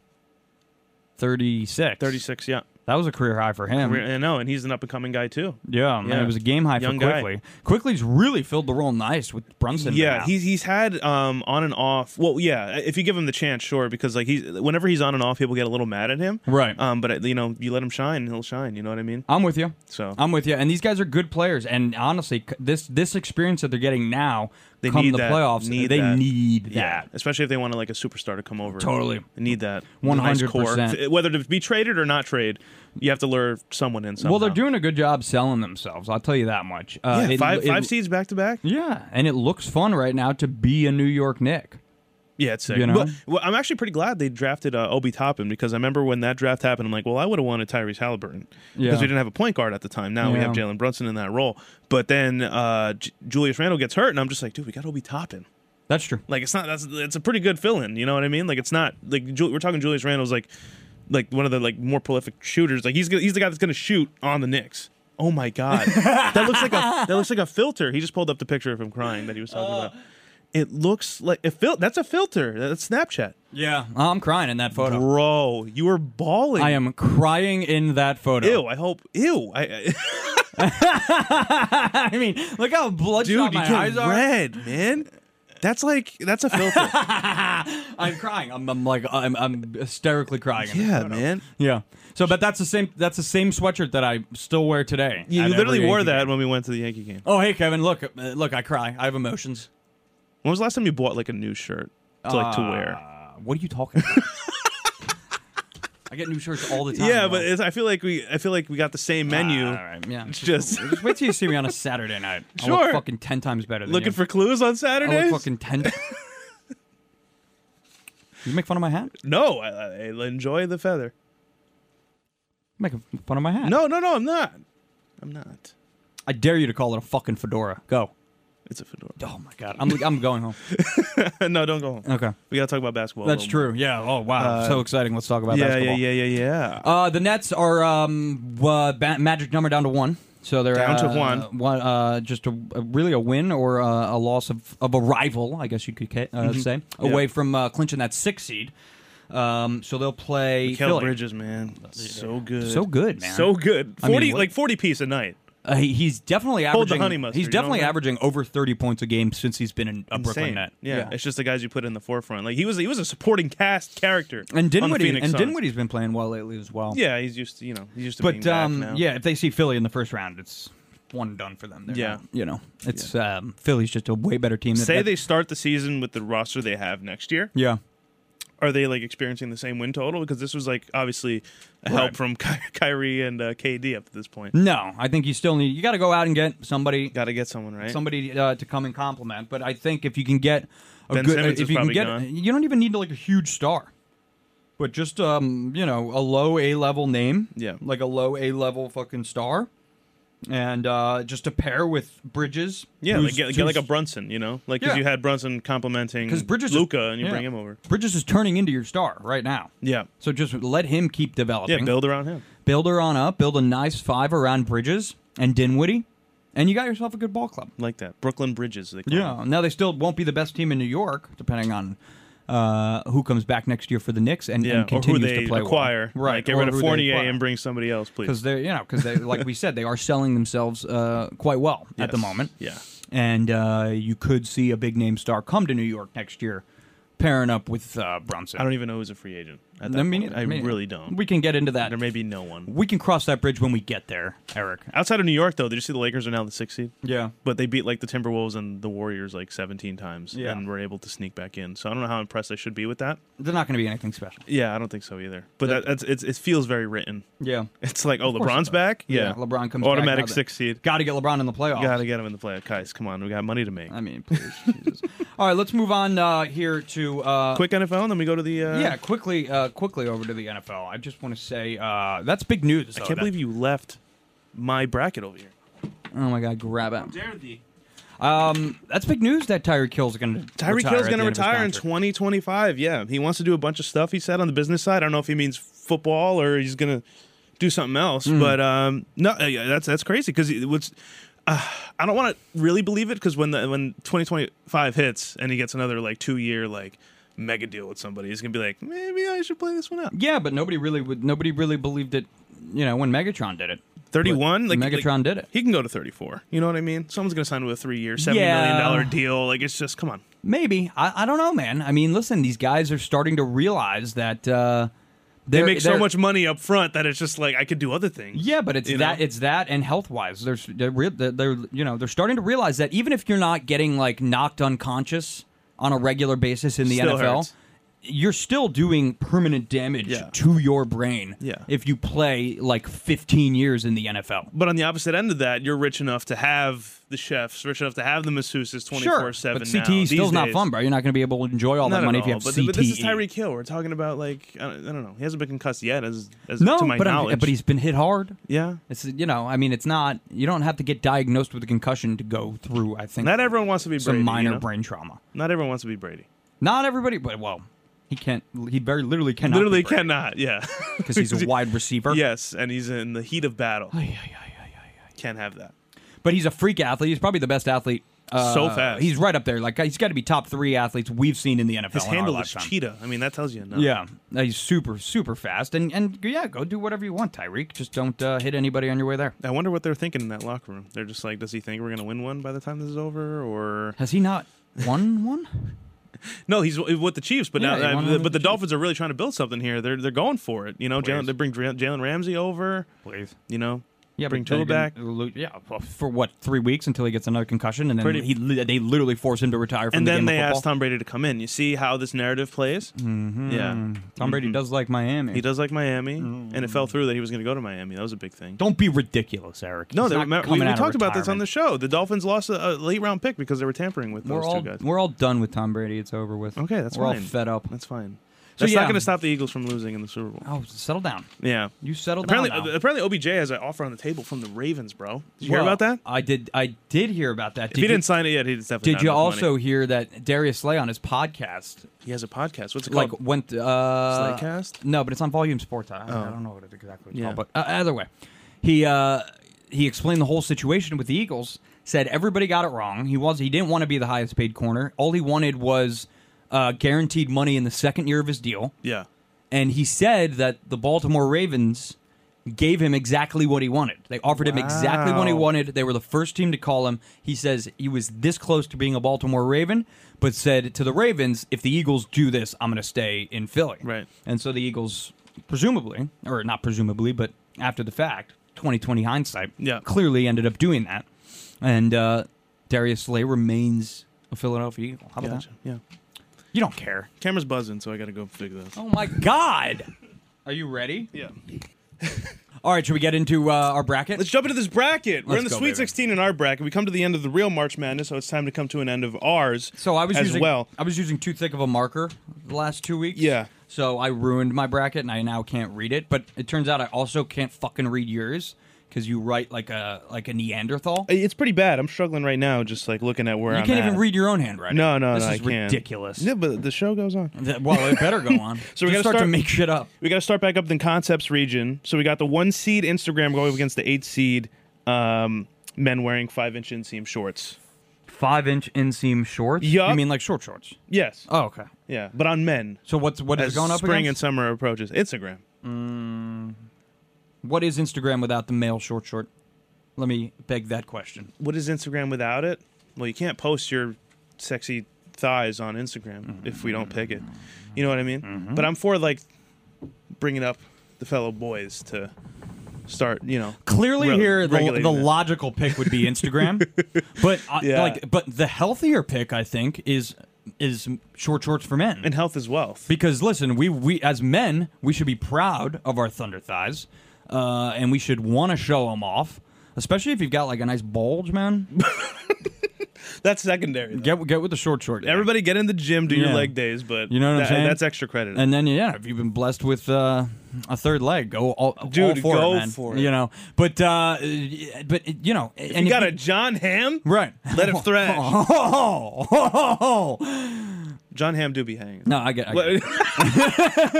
36. thirty six. Yeah, That was a career high for him. I know, and he's an up and coming guy too. yeah, and Yeah. it was a game high Young for guy. quickly. Quickly's really filled the role nice with Brunson. Yeah, now. he's he's had um on and off. Well, yeah, if you give him the chance, sure, because like he's whenever he's on and off, people get a little mad at him. Right. Um, but you know, you let him shine, he'll shine. You know what I mean? I'm with you. So- I'm with you. And these guys are good players. And honestly, c- this this experience that they're getting now, They come need the that. playoffs, Need they that. need that. especially if they want to like a superstar to come over. Totally. They need that. 100%. Nice core. Whether to be traded or not trade, you have to lure someone in. Somehow. Well, they're doing a good job selling themselves. I'll tell you that much. Uh, yeah, it- five it- five seeds back to back. Yeah, and it looks fun right now to be a New York Nick. Yeah, it's sick. You know? Well, well, I'm actually pretty glad they drafted uh, Obi Toppin because I remember when that draft happened, I'm like, well, I would have wanted Tyrese Halliburton because Yeah. we didn't have a point guard at the time. Now we Yeah. have Jalen Brunson in that role. But then uh, J- Julius Randle gets hurt, and I'm just like, dude, we got Obi Toppin. That's true. Like, it's not that's it's a pretty good fill in. You know what I mean? Like, it's not like Ju- we're talking Julius Randle's like like one of the like more prolific shooters. Like he's gonna, he's the guy that's gonna shoot on the Knicks. Oh my god, that looks like a that looks like a filter. He just pulled up the picture of him crying that he was talking Oh. about. It looks like a fil- That's a filter. That's Snapchat. Yeah, I'm crying in that photo. Bro, you were bawling. I am crying in that photo. Ew. I hope. Ew. I, I, I mean, look how bloodshot dude, you my get eyes are. red, man. That's like that's a filter. I'm crying. I'm, I'm like I'm, I'm hysterically crying. in that yeah, photo. man. Yeah. So, but that's the same. That's the same sweatshirt that I still wear today. You at literally every wore Yankee that game. when we went to the Yankee game. Oh, hey, Kevin. Look, uh, look. I cry. I have emotions. When was the last time you bought like a new shirt to like to wear? Uh, what are you talking? about? I get new shirts all the time. Yeah, bro. but it's, I feel like we I feel like we got the same menu. Ah, All right, yeah. It's just Just wait till you see me on a Saturday night. I Sure. look fucking ten times better. Than looking you. for clues on I Saturdays. look fucking ten. you make fun of my hat? no, I, I I enjoy the feather. Make fun of my hat? No, no, no, I'm not. I'm not. I dare you to call it a fucking fedora. Go. It's a fedora. Oh my god. I'm I'm going home. no, don't go home. Okay. We gotta talk about basketball. a That's little true. Yeah. Oh wow. so exciting. Let's talk about more. Uh, Yeah, basketball. yeah, yeah, yeah, yeah. Uh, the Nets are um uh, ba- magic number down to one. So they're Down to uh, one. One uh, just a, a- really a win or uh, a loss of, of a rival, I guess you could ca- uh, Mm-hmm. say, away from uh, clinching that six seed. Um, so they'll play Kel Philly. Bridges, man, so good, So good, man. so good. I mean, Forty, what- like forty piece a night. Uh, he- he's definitely averaging. Hold the honey mustard, he's you know definitely what I mean? averaging over thirty points a game since he's been in a Brooklyn Insane. Net. Yeah, it's just the guys you put in the forefront. Like he was, he was a supporting cast character. and on the Dinwiddie Phoenix and Suns. Dinwiddie's been playing well lately as well. Yeah, he's used to you know he's used to being but back um, now. yeah, if they see Philly in the first round, it's one and done for them. They're Yeah. not- you know, it's um, Philly's just a way better team. Than Say they start the season with the roster they have next year. yeah. Are they like experiencing the same win total? Because this was like obviously a help from Ky- Kyrie and uh, KD up to this point. No, I think you still need. You got to go out and get somebody, Got to get someone right. somebody uh, to come and compliment. But I think if you can get a Ben good, uh, Simmons if is you can probably get, gone. you don't even need like a huge star, but just um, you know, a low A level name, Yeah. like a low A level fucking star, and uh, just to pair with Bridges, yeah, like, who's- get, get like a who's- Brunson, you know, like because Yeah. you had Brunson complimenting 'Cause Bridges is- Luca, and you yeah. bring him over. Bridges is turning into your star right now. Yeah, So just let him keep yeah, developing. build around him. build her on up, build a nice five around Bridges and Dinwiddie, and you got yourself a good ball club. Like that, Brooklyn Bridges. They call him. Now they still won't be the best team in New York, depending on uh, who comes back next year for the Knicks and, and yeah, or who continues they to play acquire. well. Right, like, get rid of Fournier and bring somebody else, because please. they're you know because they like we said they are selling themselves uh, quite well at the Yes. moment. Yeah. and uh, you could see a big name star come to New York next year, pairing up with uh, Brunson. I don't even know who's a free agent. At that I mean, point. I mean, really don't. We can get into that. there may be no one. we can cross that bridge when we get there, Eric. Outside of New York, though, did you see the Lakers are now the sixth seed? Yeah. But they beat like the Timberwolves and the Warriors like 17 times Yeah. and were able to sneak back in. So I don't know how impressed I should be with that. They're not going to be anything special. Yeah, I don't think so either. But Yeah. that, that's, it's, it feels very written. Yeah. It's like, oh, course it LeBron's does. back? Yeah, LeBron comes back, Automatic now that- sixth seed. Got to get LeBron in the playoffs. Gotta get him in the playoff. Guys, come on. We got money to make. I mean, please. Jesus. All right, let's move on uh, here to uh, Quick NFL, and then we go to the. Uh, Yeah, quickly, uh, quickly over to the NFL. I just want to say uh, that's big news. I can't believe you left my bracket over here. Oh my God, grab it. Dare thee. Um, that's big news that Tyreek Hill's going to Tyreek at Hill's going the to end of his retire in contract. 2025. Yeah, he wants to do a bunch of stuff. He said on the business side. I don't know if he means football or he's going to do something else. Mm. But um, no, uh, yeah, that's that's crazy because what's uh, I don't want to really believe it because when the when 2025 hits and he gets another like two year like mega deal with somebody, he's going to be like, maybe I should play this one out. Yeah, but nobody really would. Nobody really believed it. You know, when Megatron did it. 31, But like Megatron like, did it. He can go to 34. You know what I mean? Someone's going to sign with a three year, seventy million Yeah. dollar deal. Like it's just come on. Maybe I, I don't know, man. I mean, listen, these guys are starting to realize that uh, They make so much money up front that it's just like I could do other things. Yeah, but it's you that know? it's that and health wise, they're, they're real- they're they're you know they're starting to realize that even if you're not getting like knocked unconscious on a regular basis in the Still NFL, hurts. you're still doing permanent damage Yeah. to your brain. Yeah. if you play like 15 years in the NFL. But on the opposite end of that, you're rich enough to have the chefs, rich enough to have the masseuses 24 sure, 7. but CTE still's not fun, bro. You're not going to be able to enjoy all Not that at money if you all. have E. but, CTE. but this is Tyreek Hill. We're talking about, like, I don't, I don't know. He hasn't been concussed yet, as, as No, to my but I'm- knowledge. but he's been hit hard. yeah. It's you know, I mean, it's not. You don't have to get diagnosed with a concussion to go through. I think Not everyone wants to be some Brady. you minor know? brain trauma. Not everyone wants to be Brady. Not everybody, but well, he can't. He very literally cannot. Literally cannot. Yeah. because he's a wide receiver. yes, and he's in the heat of battle. Can't have that. but he's a freak athlete. He's probably the best athlete. Uh, So fast. He's right up there. Like he's got to be top three athletes we've seen in the NFL. His in our handle is lifetime. cheetah. I mean, that tells you enough. Yeah, Uh, he's super super fast, and and yeah, go do whatever you want, Tyreek. Just don't uh, hit anybody on your way there. I wonder what they're thinking in that locker room. They're just like, does he think we're going to win one by the time this is over? Or Has he not won one? No, he's w- with the Chiefs, but Yeah, he now, won uh, with but the the Dolphins are really trying to build something here. They're they're going for it. You know, Jalen, they bring Dra- Jalen Ramsey over. Please. You know, Yeah, bring but then Tua back. you're gonna lo- Yeah, well, for what three weeks until he gets another concussion, and then Pretty- he li- they literally force him to retire from And the then game they of asked football. Tom Brady to come in. You see how this narrative plays? Mm-hmm. Yeah, Hmm. Tom Brady does like Miami. he does like Miami, and it fell through that he was going to go to Miami. That was a big thing. Don't be ridiculous, Eric. no, He's they not remember, we, coming we out of talked about this on retirement. the show. The Dolphins lost a, a late round pick because they were tampering with We're those all two guys. we're all done with Tom Brady. It's over with. Okay, that's we're fine. all fed up. That's fine. So, That's yeah. not going to stop the Eagles from losing in the Super Bowl. Oh, settle down. Yeah. You settle Apparently, down. now. apparently, OBJ has an offer on the table from the Ravens, bro. Did you hear Well, about that? I did. I did hear about that. Did if he you, didn't sign it yet, he's definitely. Did not you enough also money. hear that Darius Slay on his podcast He has a podcast. What's it like called? went uh Slaycast? Oh. No, but it's on Volume Sports. I, I don't know what it exactly is Yeah. called, but uh, either way, he uh he explained the whole situation with the Eagles. Said everybody got it wrong. He was he didn't want to be the highest paid corner. All he wanted was uh, guaranteed money in the second year of his deal. yeah. and he said that the Baltimore Ravens gave him exactly what he wanted. They offered him exactly what he Wow. wanted. They were the first team to call him. He says he was this close to being a Baltimore Raven, but said to the Ravens, if the Eagles do this, I'm going to stay in Philly. Right. And so the Eagles, presumably, or not presumably, but after the fact, 2020 hindsight, Yeah. clearly ended up doing that. And uh, Darius Slay remains a Philadelphia Eagle. How about Gotcha. that? Yeah. You don't care. Camera's buzzing, so I got to go fix this. Oh my God. Are you ready? Yeah. All right, should we get into uh, our bracket? Let's jump into this bracket. We're Let's in the go, Sweet baby. 16 in our bracket. We come to the end of the real March Madness, so it's time to come to an end of ours. so I was as using well. I was using too thick of a marker the last two weeks. Yeah. So I ruined my bracket, and I now can't read it. But it turns out I also can't fucking read yours because you write like a like a Neanderthal. It's pretty bad. I'm struggling right now, just like looking at where you I'm can't at. even read your own handwriting. No, no, this no, is I can't. ridiculous. Yeah, but the show goes on. Th- Well, it better go on. So we're Just gonna start, to start- make shit up. We got to start back up in concepts region. So we got the one seed Instagram going against the eight seed um, men wearing five inch inseam shorts. Five inch inseam shorts. Yup. You mean like short shorts? Yes. Oh, okay. Yeah, but on men. So what's what is As it going up spring and against? summer approaches, Instagram. what is Instagram without the male short short? Let me beg that question. what is Instagram without it? Well, you can't post your sexy thighs on Instagram if we don't pick it. You know what I mean? Mm-hmm. But I'm for like bringing up the fellow boys to start. You know, clearly re- here the, regulating the that. logical pick would be Instagram, but I, Yeah. like but the healthier pick I think is is short shorts for men. and health is wealth. because listen, we we as men we should be proud of our thunder thighs, uh, and we should want to show them off, especially if you've got like a nice bulge, man. that's secondary. though. Get get with the short short. guy. Everybody get in the gym, do your Yeah. leg days, but You know what I'm that- saying? That's extra credit. And then yeah, if you've been blessed with uh, a third leg, go all, all Dude, for go it, man. for it. You know, but uh, but you know, and you if got a John Ham? right. Let him thrash. Oh, John Ham do be hanging. No, I get, I get it. What-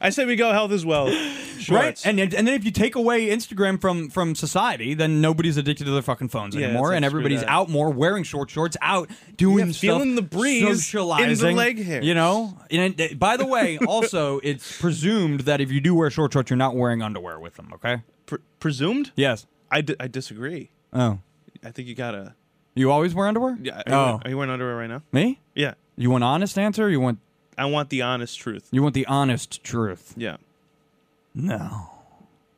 I say we go health as well. right. Shorts. And and then if you take away Instagram from from society, then nobody's addicted to their fucking phones Yeah, it's anymore, like, and screw everybody's that. out more wearing short shorts, out doing Yeah, stuff, feeling the breeze in the socializing, leg hairs. You know. And it- by the way, also it's presumed that if you do wear short shorts, you're not wearing underwear with them. Okay. Pre- presumed? Yes. I, di- I disagree. Oh. I think you gotta. You always wear underwear? Yeah. Are you, Oh, are you wearing underwear right now? me? Yeah. You want honest answer? Or you want I want the honest truth. you want the honest truth? Yeah. No.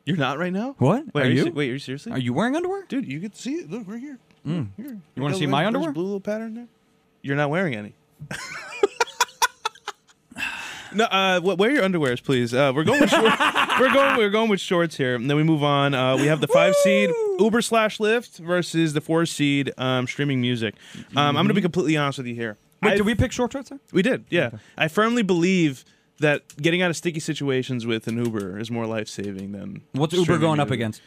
You're not right now. What? Wait, Are are, you? you? se- wait, are you seriously? Are you wearing underwear? Dude, you can see it. Look right here. Here. Mm. You wanna got see a my little- underwear? there's a blue little pattern there. You're not wearing any. no. Uh, wh- wear your underwears, please. Uh, we're going. With short- we're going. We're going with shorts here. And then we move on. Uh, we have the five seed Uber slash Lyft versus the four seed um, streaming music. Um, I'm going to be completely honest with you here. Mm-hmm. Wait, I- did we pick short shorts? There? We did, yeah. I firmly believe that getting out of sticky situations with an Uber is more life saving than What's Uber streaming going up music. against?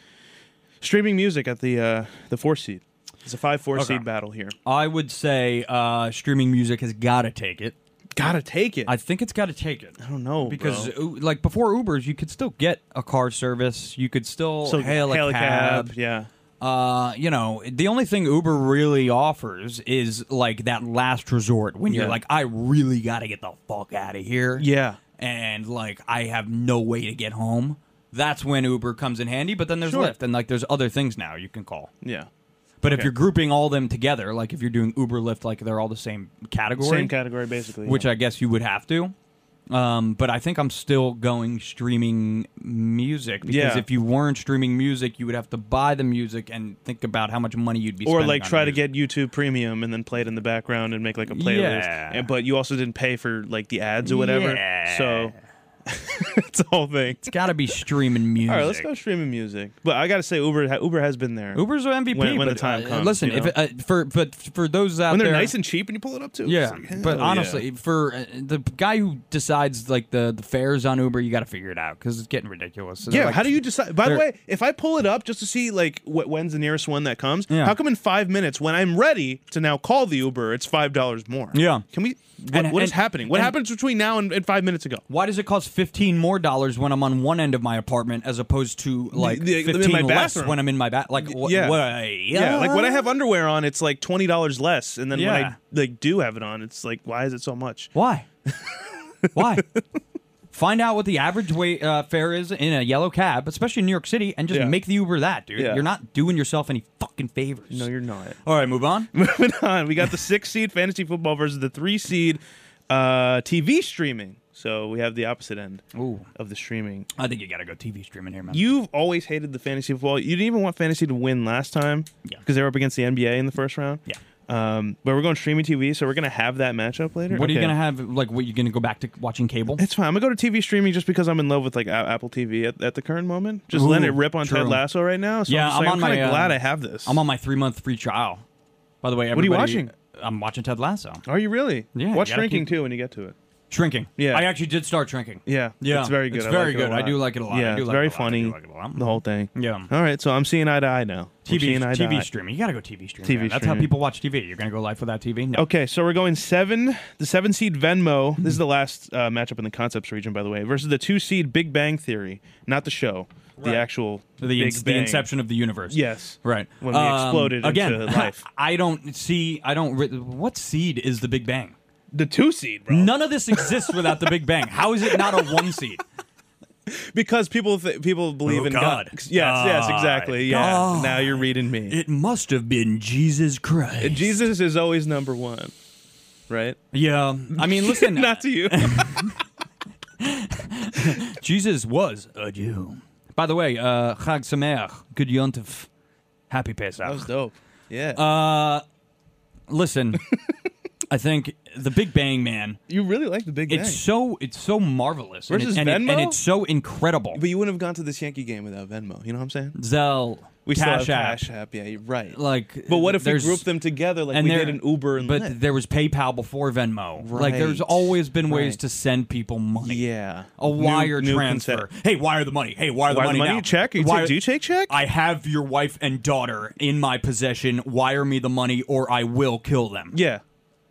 Streaming music at the uh, the four seed. It's a five four seed battle here. I would say uh, streaming music has got to take it. Gotta take it. I I think it's got to take it. don't know Because uh, bro. u- like before Ubers, you could still get a car service. You could still so hail, a cab. yeah. Uh, you know, the only thing Uber really offers is like that last resort when you're Yeah. like, I really got to get the fuck out of here. Yeah. and like I have no way to get home. That's when Uber comes in handy, but then there's Sure. Lyft and like there's other things now you can call. Yeah. But if Okay. you're grouping all them together, like if you're doing Uber Lyft, like they're all the same category, Same category basically. which yeah. I guess you would have to. Um, but I think I'm still going streaming music because Yeah. if you weren't streaming music, you would have to buy the music and think about how much money you'd be or spending like on try to music. get YouTube Premium and then play it in the background and make like a playlist. Yeah. And- but you also didn't pay for like the ads or whatever. Yeah. So it's a whole thing. It's got to be streaming music. All right, let's go streaming music. But I gotta say, Uber ha- Uber has been there. Uber's our MVP When- when the but, time uh, comes, listen, you know? if it, uh, for but for those out when they're there, nice and cheap and you pull it up too. Yeah, It's like, hell but yeah. honestly, for uh, the guy who decides like the, the fares on Uber, you got to figure it out because it's getting ridiculous. So they're Yeah, like- how do you decide? By the they're- way, if I pull it up just to see like what when's the nearest one that comes, Yeah. how come in five minutes when I'm ready to now call the Uber, it's five dollars more? Yeah. can we? What, And- what is and- happening? What and- happens between now and, and five minutes ago? Why does it cost fifteen more dollars when I'm on one end of my apartment as opposed to like the- in my fifteen less bathroom. when I'm in my bath? Like, uh, wh- yeah. why- Yeah, like when I have underwear on, it's like twenty dollars less, and then when Yeah. I like do have it on, it's like why is it so much? why, why? Find out what the average way, uh, fare is in a yellow cab, especially in New York City, and just Yeah. make the Uber that, dude. Yeah. You're not doing yourself any fucking favors. No, you're not. All right, move on. Moving on, we got the six seed fantasy football versus the three seed uh, TV streaming. So we have the opposite end Ooh. of the streaming. I think you got to go TV streaming here, man. You've always hated the fantasy football. You didn't even want fantasy to win last time Yeah. because they were up against the NBA in the first round. Yeah. Um, but we're going streaming TV, so we're gonna have that matchup later. What are you Okay. gonna have? Like, what you gonna go back to watching cable? It's fine. I'm gonna go to TV streaming just because I'm in love with like A- Apple TV at, at the current moment. Just Ooh, letting it rip on Ted true. Lasso right now. So Yeah, I'm, just I'm like, on kinda my, uh, glad I have this. I'm on my three month free trial. By the way, are you everybody, watching? I'm watching Ted Lasso. Are you really? Yeah, Watch you gotta Shrinking keep- too when you get to it. Shrinking. Yeah. I actually did start shrinking. Yeah, Yeah, it's very good. it's I very like it a good. I lot. do like it a lot. I Yeah, do it's like very it a lot. I funny. do like it a lot. The whole thing. Yeah. All right, so I'm seeing eye to eye now. We're TV, seeing eye to TV eye. streaming. You gotta go TV streaming. TV man. That's streaming. how people watch TV. You're gonna go live without TV? No. Okay, so we're going seven. The seven seed Venmo. This is the last uh, matchup in the concepts region, by the way, versus the two seed Big Bang Theory, not the show, the actual The, Big ins- the Bang. inception of the universe. Yes. Right. When we Um, exploded again, into life. I don't see. I don't. Re- what seed is the Big Bang? The two seed, bro. None of this exists without the Big Bang. How is it not a one seed? Because people th- people believe Oh, in God. Yes, yes, exactly. Yeah. God. Now you're reading me. It must have been Jesus Christ. Uh, Jesus is always number one, right? Yeah, I mean, listen, not to you. Jesus was a Jew. By the way, uh, Chag Sameach, Good Yontif, Happy Pesach. that was dope. Yeah. Uh, listen, I think The Big Bang Man. You really like the Big Bang. It's so it's so marvelous. and it- Versus and, it, and, Venmo? it's so incredible. but you wouldn't have gone to this Yankee game without Venmo. You know what I'm saying? Zelle, We still Cash have App, Cash App. Yeah, you're right. like. but what if we there's- grouped them together like and we there- did an Uber and but Lyft? there was PayPal before Venmo. Like there's Right. always been ways Right. to send people money. yeah, A New- wire new transfer. concept. Hey, wire the money. Hey, wire the Wire the money money now. check? You Wire- take- do you take check? I have your wife and daughter in my possession. Wire me the money, or I will kill them. Yeah.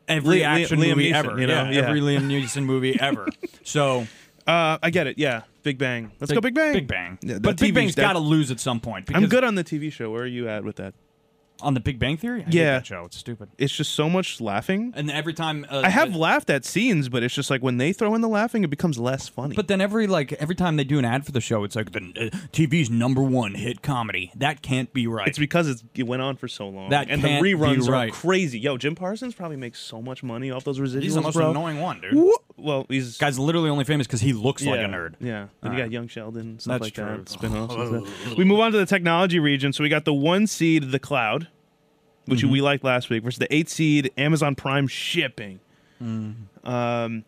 every Liam- Liam- action Liam movie Neeson, ever. you know? yeah, Yeah. every Liam Neeson movie ever. So Uh, I get it. Yeah, Big Bang. Let's go, Big Bang. Big Bang. Yeah, that but Big TV Bang's that- got to lose at some point. Because I'm good on the TV show. Where are you at with that? on the Big Bang Theory. I hate Yeah. that show. It's stupid. It's just so much laughing. And every time uh, I have the- laughed at scenes, but it's just like when they throw in the laughing, it becomes less funny. But then every like every time they do an ad for the show, it's like the uh, TV's number one hit comedy. That can't be right. it's because it's, it went on for so long, That and the can't be reruns right. are crazy. Yo, Jim Parsons probably makes so much money off those residuals, He's the most bro. annoying one, dude. Woo- Well, he's Guy's literally only famous because he looks yeah, like a nerd. Yeah, and you got Young Sheldon, and stuff That's like true. that. It's been awesome. stuff. We move on to the technology region. So we got the one seed, the cloud, which Mm-hmm. we liked last week, versus the eight seed, Amazon Prime shipping. Mm-hmm. Um,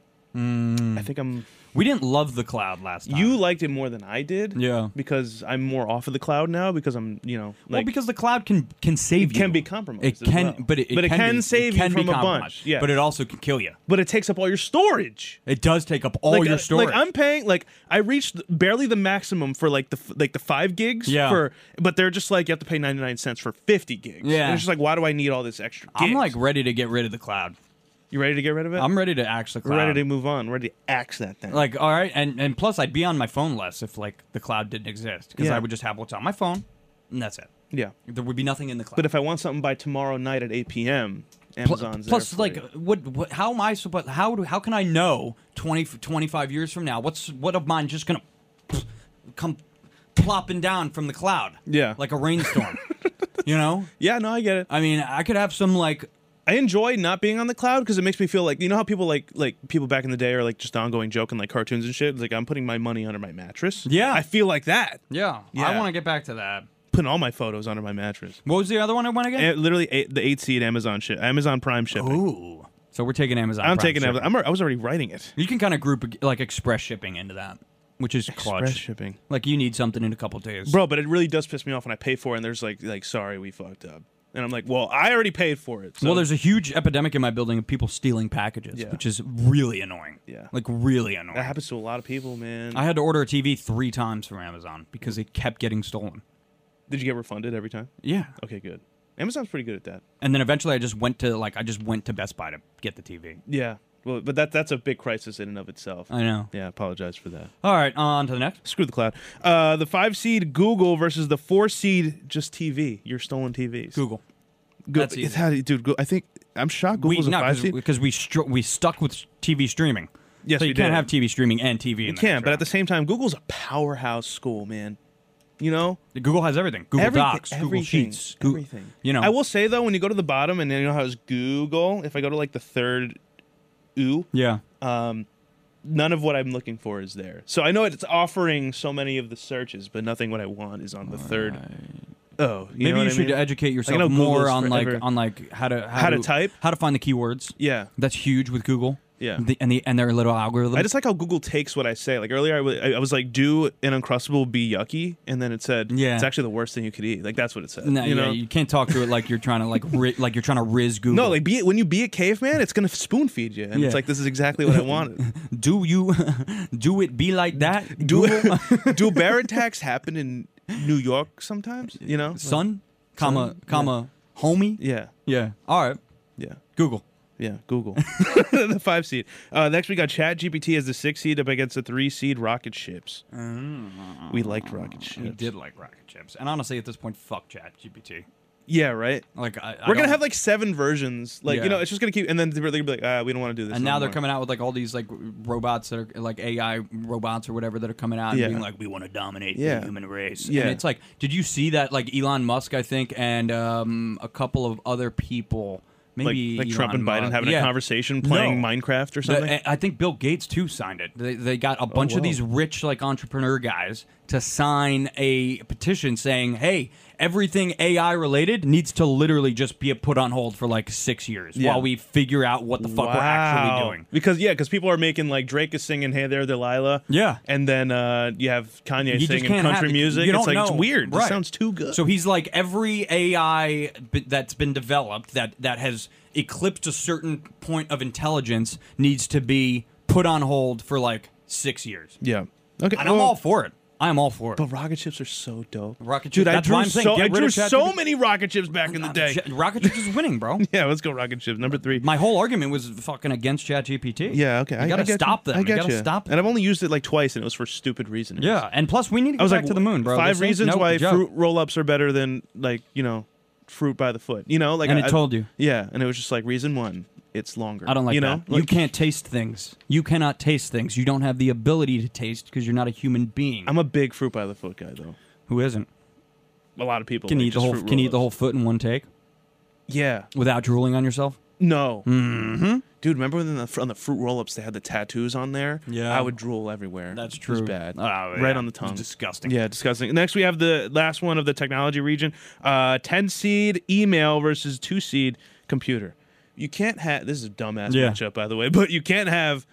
I think I'm. We didn't love the cloud last time. You liked it more than I did. Yeah. Because I'm more off of the cloud now because I'm, you know, like well, because the cloud can can save it you. can be compromised. It as can, well. but it, it be- can save it can you be from a bunch. compromised, Yeah. But it also can kill you. but it takes up all your storage. It does take up all like, uh, Oh, your storage. like I'm paying like I reached barely the maximum for like the f- like the five gigs Yeah. for, but they're just like you have to pay 99 cents for 50 gigs. Yeah. and it's just like why do I need all this extra? Gigs? I'm, like ready to get rid of the cloud. you ready to get rid of it? I'm ready to axe the We're cloud. ready to move on. We're ready to axe that thing. like all right, and and plus I'd be on my phone less if like the cloud didn't exist because Yeah. I would just have what's on my phone, and that's it. yeah, There would be nothing in the cloud. but if I want something by tomorrow night at 8 p.m., Pl- Amazon's plus, there for like, you. what, what? How am I supposed? How do? How can I know 20, 25 years from now? What's what of mine just gonna come plopping down from the cloud? Yeah. like a rainstorm. you know, yeah, no, I get it. I mean, I could have some like I enjoy not being on the cloud because it makes me feel like you know how people like like people back in the day are like just ongoing joke and like cartoons and shit. It's like I'm putting my money under my mattress. Yeah. I feel like that. Yeah, I Yeah. want to get back to that. Putting all my photos under my mattress. What was the other one I went again? And literally eight, the eight seed Amazon shit, Amazon Prime shipping. Ooh, so we're taking Amazon. I'm Prime taking shipping. Amazon. I'm, al- I was already writing it. You can kind of group like express shipping into that, which is clutch. Express shipping. Like you need something in a couple days, Bro, but it really does piss me off when I pay for it and there's like like sorry we fucked up. And I'm like, well, I already paid for it. So Well, there's a huge epidemic in my building of people stealing packages, Yeah. which is really annoying. Yeah. like really that annoying. happens to a lot of people, man. I had to order a TV three times from Amazon because it kept getting stolen. Did you get refunded every time? Yeah, Okay, good. Amazon's pretty good at that. and then eventually I just went to like I just went to Best Buy to get the TV. Yeah. Well, but that that's a big crisis in and of itself. I know. Yeah, I apologize for that. All right, on to the next. Screw the cloud. Uh, the five seed Google versus the four seed just TV. Your stolen TVs. Google. Go- That's easy. it's how do you- dude. Go- I think I'm shocked. We, Google's a no, five seed. because we str- we stuck with TV streaming. Yes, so you we can't did. have TV streaming and TV. in You the can, next but at round. the same time, Google's a powerhouse school, man. You know, Google has everything. Google Everything- Docs, Google everything, Sheets, Goo- everything. You know, I will say though, when you go to the bottom, and then you know how it's Google. If I go to like the third, ooh, Yeah, none of what I'm looking for is there. So I know it's offering so many of the searches, but nothing what I want is on the third. Oh, you know maybe what you I should mean? educate yourself know more Google's on like forever- on like how to how, How to type? how to find the keywords. Yeah. That's huge with Google. Yeah. the, and the and their little algorithm. I just like how Google takes what I say. Like earlier, I wa- I was like, "Do an uncrustable be yucky," and then it said, Yeah. it's actually the worst thing you could eat." Like that's what it said. no, you yeah, know, you can't talk to it like you're trying to like ri- like you're trying to riz Google. no, like be when you be a caveman, it's gonna spoon feed you, and Yeah. it's like this is exactly what I wanted. do you do it be like that? do Google? do bear attacks happen in New York sometimes? You know, son, comma comma homie. yeah, yeah. All right, yeah, Google. yeah. Google the five seed. Uh, next we got Chat GPT as the six seed up against the three seed rocket ships. We liked rocket We ships. did like rocket chips, and honestly, at this point, fuck Chat GPT. Yeah, right. Like I, I We're gonna don't- have like seven versions. Like Yeah. you know, it's just gonna keep, and then they're gonna be like, ah, we don't want to do this. And now they're anymore." coming out with like all these like robots that are like AI robots or whatever that are coming out Yeah. and being like, we want to dominate Yeah. the human race. Yeah. And it's like, did you see that? Like Elon Musk, I think, and um, a couple of other people, maybe like, like Trump Elon and Biden Musk. having Yeah. a conversation playing No. Minecraft or The- something. Oh, I think Bill Gates too signed it. They, they got a bunch of wow. these rich like entrepreneur guys to sign a petition saying, "Hey, everything AI related needs to literally just be put on hold for like six years Yeah. while we figure out what the fuck we're actually Wow. doing. Because yeah, because people are making like Drake is singing "Hey There, Delilah." Yeah. and then uh, you have You Kanye just singing can't country have it. music. You it's don't like know. it's weird. It Right. sounds too good. So he's like every AI b- that's been developed that that has eclipsed a certain point of intelligence needs to be put on hold for like six years. yeah. Okay. And I'm well, all for it. I'm all for it. But rocket ships are so dope. Rocket dude. ship- I that's drew why I'm saying so get I rid drew of so ChatGPT. many rocket ships back in the day. Ch- Uh, Rocket Ships is winning, bro. yeah, let's go rocket ships number three. My whole argument was fucking against ChatGPT. yeah, okay. I You gotta I get stop you. them. I you get gotta you. stop And I've only used it like twice, and it was for stupid reasons. Yeah, and plus we need to I go was back like to the moon, bro. Five This ain't reasons no why joke. fruit roll-ups are better than like you know fruit by the foot. You know, like And it I, told you. Yeah, and it was just like reason one, it's longer. I don't like you that. know you can't taste things. You cannot taste things. You don't have the ability to taste because you're not a human being. I'm a big fruit by the foot guy though. Who isn't? A lot of people Can like, you eat the just whole fruit can you eat the whole roll-ups. foot in one take Yeah. without drooling on yourself? No. Mm-hmm. Dude, remember when the, on the fruit roll-ups they had the tattoos on there? Yeah. I would drool everywhere. That's It true. was bad. Oh, yeah. Right on the It was tongue. disgusting. Yeah, disgusting. Next, we have the last one of the technology region: uh, ten seed email versus two seed computer. You can't have this is a dumbass Yeah. matchup, by the way, but you can't have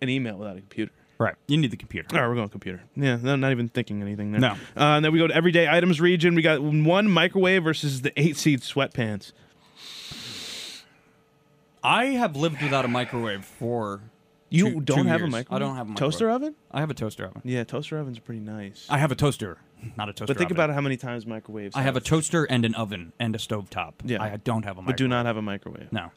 an email without a computer. Right. You need the computer. All right, we're going computer. Yeah, no, not even thinking anything there. No. Uh, and then we go to everyday items region. We got one microwave versus the eight seed sweatpants. I have lived without a microwave for You Two- don't two have a years. microwave. I don't have a toaster microwave. oven. I have a toaster oven. Yeah, toaster ovens are pretty nice. I have a toaster, not a toaster. but think oven. about how many times microwaves. I have a toaster and an oven and a stovetop. Yeah. I don't have a microwave. but do not have a microwave. No.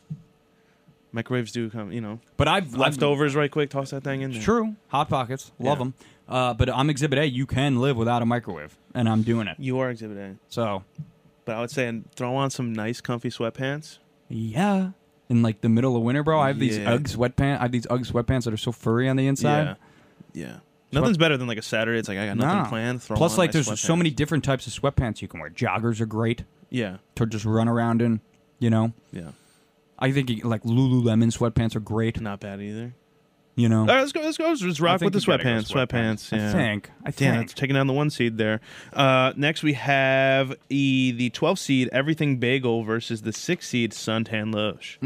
Microwaves do come, you know, But I've I've- leftovers right quick. Toss that thing in. There. True. Hot pockets. Love Yeah. them. Uh, but I'm Exhibit A. You can live without a microwave, and I'm doing it. You are Exhibit A. So, But I would say and throw on some nice, comfy sweatpants. yeah. In like the middle of winter, bro, I have these Yeah. UGG sweatpants. I have these UGG sweatpants that are so furry on the inside. Yeah. Yeah. Nothing's better than like a Saturday. It's like I got nothing Nah. planned. Throw Plus, on like, my there's so sweatpants. many different types of sweatpants you can wear. Joggers are great Yeah. to just run around in. You know, Yeah. I think like Lululemon sweatpants are great. Not bad either. You know, All right, let's go. Let's go. Let's just Hmm. I rock think with the you gotta go sweatpants. Sweatpants. Yeah. I think. I Damn, think. that's taking down the one seed there. Uh, next, we have e, the 12 seed Everything Bagel versus the six seed Suntan Loge.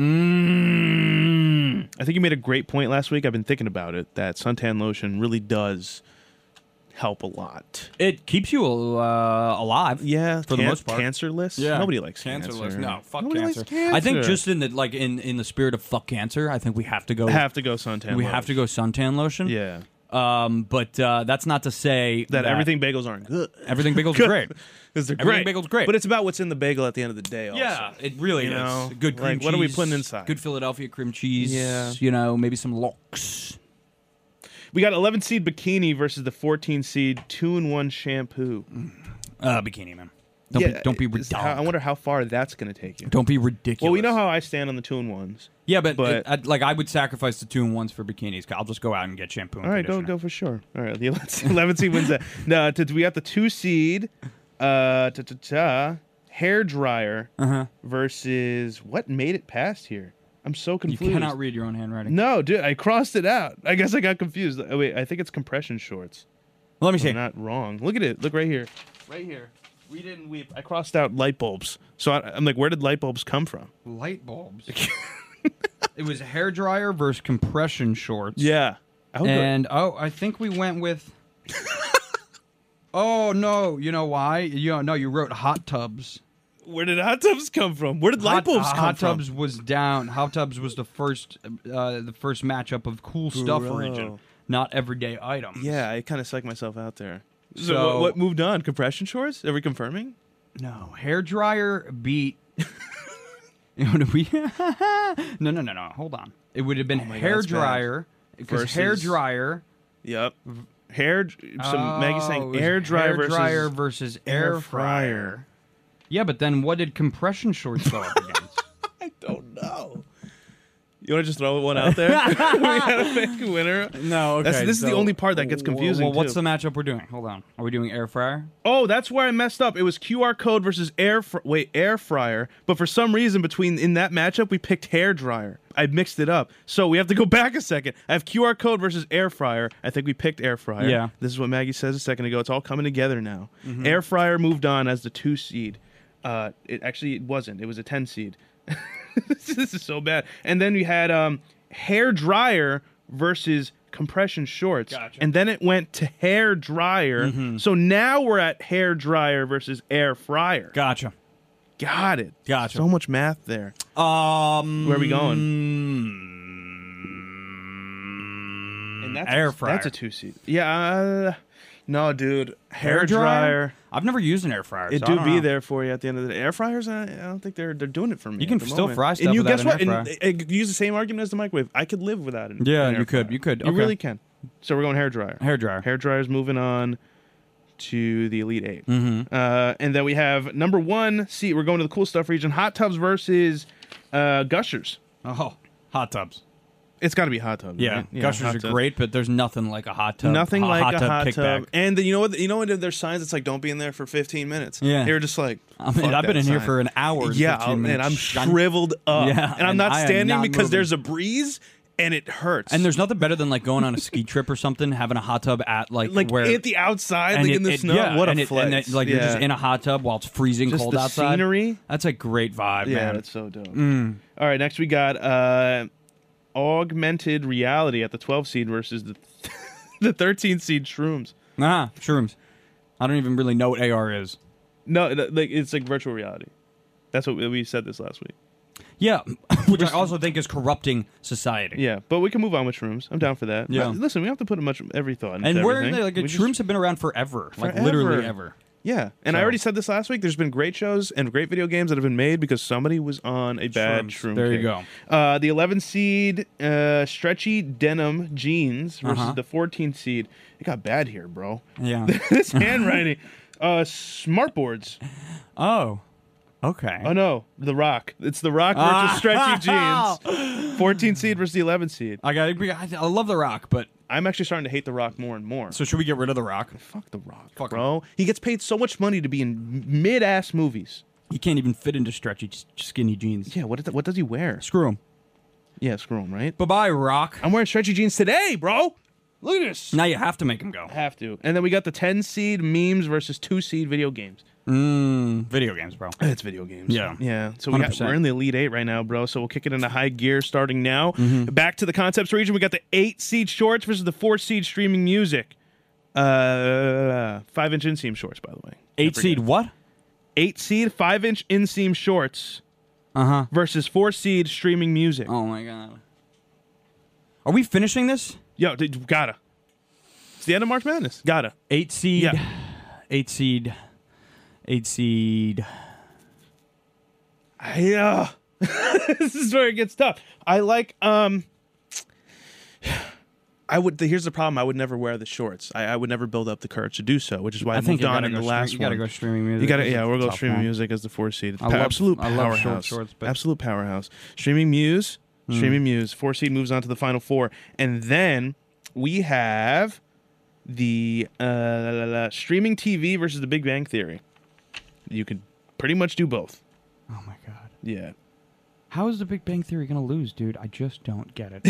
Mm. I think you made a great point last week. I've been thinking about it that suntan lotion really does help a lot. It keeps you uh, alive. Yeah, For the most part. cancerless. Yeah. Nobody likes cancer. Cancerless. No, fuck Nobody cancer. Likes cancer. I think just in the like in in the spirit of fuck cancer, I think we have to go. I have to go suntan. we have to go suntan lotion. Yeah, Um, but uh, that's not to say that everything bagels aren't good. everything bagels are great. Because they're Everything great. bagel's great. but it's about what's in the bagel at the end of the day. Also. Yeah, it really You is. know, good cream like, what are we cheese, putting inside? Good Philadelphia cream cheese. Yeah. You know, maybe some lox. we got 11 seed bikini versus the 14 seed two in one shampoo. Uh, bikini man. Don't Yeah, be don't be it's how- I ridiculous. wonder how far that's going to take you. Don't be ridiculous. Well, we know how I stand on the two in ones. Yeah, but, but- it- I'd- like I would sacrifice the two and ones for bikinis. I'll just go out and get shampoo. And All right, go conditioner. go for sure. All right, the 11 seed, 11 seed wins that. No, t- we got the two seed, uh, ta ta ta, hair dryer Uh-huh. versus what made it past here. I'm so You confused. cannot read your own handwriting. no, dude, I crossed it out. I guess I got confused. Oh, wait, I think it's compression shorts. Let me see. I'm not wrong. Look at it. Look right here. Right here. We didn't weep. I crossed out light bulbs. So I, I'm like, where did light bulbs come from? light bulbs. it was hair dryer versus compression shorts. Yeah. I would go- And oh, I think we went with. oh no! You know why? You know, no, you wrote hot tubs. where did hot tubs come from? Where did light hot, bulbs uh, come hot from? tubs was down. Hot tubs was the first, uh, the first matchup of cool stuff Bro. region, not everyday items. oh. Yeah, I kind of psyched myself out there. So, So- what, what moved on? Compression shorts? Are we confirming? No, hair dryer beat. What did we? no, no, no, no. Hold on. Oh It would have been my God, hair that's bad. dryer because hair Versus- dryer. Yep. Hair. dr- Some Maggie Oh, it saying was air dryer hair versus dryer versus air air fryer. fryer. Yeah, but then what did compression shorts go up against? I don't know. Oh, You want to just throw one out there? we gotta pick a winner. No, okay. That's, this is the so- only part that gets Well, confusing. Well, what's too. the matchup we're doing? Hold on. Are we doing air fryer? Oh, that's where I messed up. It was QR code versus air fr- wait air fryer, but for some reason between in that matchup we picked hair dryer. I mixed it up, so we have to go back a second. I have QR code versus air fryer. I think we picked air fryer. Yeah. this is what Maggie says a second ago. It's all coming together now. Air fryer moved on as the two seed. Uh, it actually it wasn't. It was a ten seed. this is so bad. And then we had um hair dryer versus compression shorts. Gotcha. And then it went to hair dryer. Mm-hmm. So now we're at hair dryer versus air fryer. Got, Gotcha. it. Gotcha. So much math there. Um, Where are we going? And that's, Mm, Air fryer. That's a two seat. Yeah. Uh, no, dude. Hair, air dryer. dryer? I've never used an air fryer. It so I do don't be know. there for you at the end of the day. Air fryers, I, I don't think they're they're doing it for me. You can at the still moment. fry stuff And you without guess an what? air And, uh, use the same argument as the microwave. I could live without it. Yeah, an air you could, fryer. you could, You okay. really can. So we're going hair dryer. Hair dryer. Hair dryer's moving on to the elite 8 Mm-hmm. Uh, and then we have number one seat. We're going to the cool stuff region. Hot tubs versus uh, gushers. Oh, hot tubs. It's got to be hot tubs. Yeah, right? gushers hot are tub. great, but there's nothing like a hot tub. Nothing hot, like hot a tub hot kickback. tub. And then you know what? You know when there's signs. It's like don't be in there for 15 minutes. Yeah. They're just like. I mean, "Fuck I've been that in here sign." for an hour. and Yeah, 15 I'll- and minutes. I'm I'm- shriveled up. Yeah, and I'm and not I am standing not because moving. there's a breeze and it hurts. And there's nothing better than like going on a ski trip or something, having a hot tub at like, like where at the outside, and like it- in the it- snow. yeah, what a and it- flex! and it- like yeah. you're just in a hot tub while it's freezing Just cold the outside. scenery. That's a great vibe, Yeah, man. that's so dope. Mm. All right, next we got uh, augmented reality at the 12 seed versus the the 13 seed shrooms. Nah, Ah, shrooms. I don't even really know what AR is. No, th- like it's like virtual reality. That's what we we said this last week. Yeah, which I also think is corrupting society. Yeah, but we can move on with shrooms. I'm down for that. Yeah. Uh, listen, we don't have to put much every thought. Into And we're everything. like We just- shrooms have been around forever, like literally ever. Yeah, and I already said this last week. There's been great shows and great video games that have been made because somebody was on a bad Shrooms. shroom. There you kick. go. Uh, the 11 seed uh, stretchy denim jeans versus Uh-huh. the 14 seed. It got bad here, bro. Yeah. this handwriting. Uh, smartboards. oh. Okay. Oh no, The Rock. It's The Rock versus Ah. stretchy jeans. 14 seed versus the 11 seed. I got. I I love The Rock, but I'm actually starting to hate The Rock more and more. so should we get rid of The Rock? fuck The Rock, Fuck him. bro. He gets paid so much money to be in mid-ass movies. He can't even fit into stretchy, s- skinny jeans. Yeah, what, what does he wear? Screw him. Yeah, screw him, right? Bye bye, Rock. I'm wearing stretchy jeans today, bro. Look at this. Now you have to make him go. Have to. And then we got the 10 seed memes versus 2 seed video games. Video games, bro. It's video games. Yeah. Yeah. So we got, 100%. we're in the Elite Eight right now, bro. So we'll kick it into high gear starting now. Mm-hmm. Back to the concepts region. We got the 8 seed shorts versus the 4 seed streaming music. Uh, 5 inch inseam shorts, by the way. I Eight seed forget. what? 8 seed, 5 inch inseam shorts Uh huh. versus 4 seed streaming music. Oh my god. Are we finishing this? Yo, dude, gotta. It's the end of March Madness. Gotta. Eight seed. Yeah. Eight seed. Eight seed. Yeah. this is where it gets tough. I like um I would here's the problem. I would never wear the shorts. I, I would never build up the courage to do so, which is why I, I think moved you on gotta in go the stre- last you gotta one. go streaming music. You gotta This yeah, is we'll go tough, streaming man. music as the four seed. love- absolute I love short powerhouse. shorts, but- Hmm. Absolute powerhouse. Streaming Muse. Streaming Muse. Four seed moves on to the final four, and then we have the uh, la, la, la, streaming TV versus the Big Bang Theory. You could pretty much do both. Oh my god. Yeah. How is the Big Bang Theory gonna lose, dude? I just don't get it.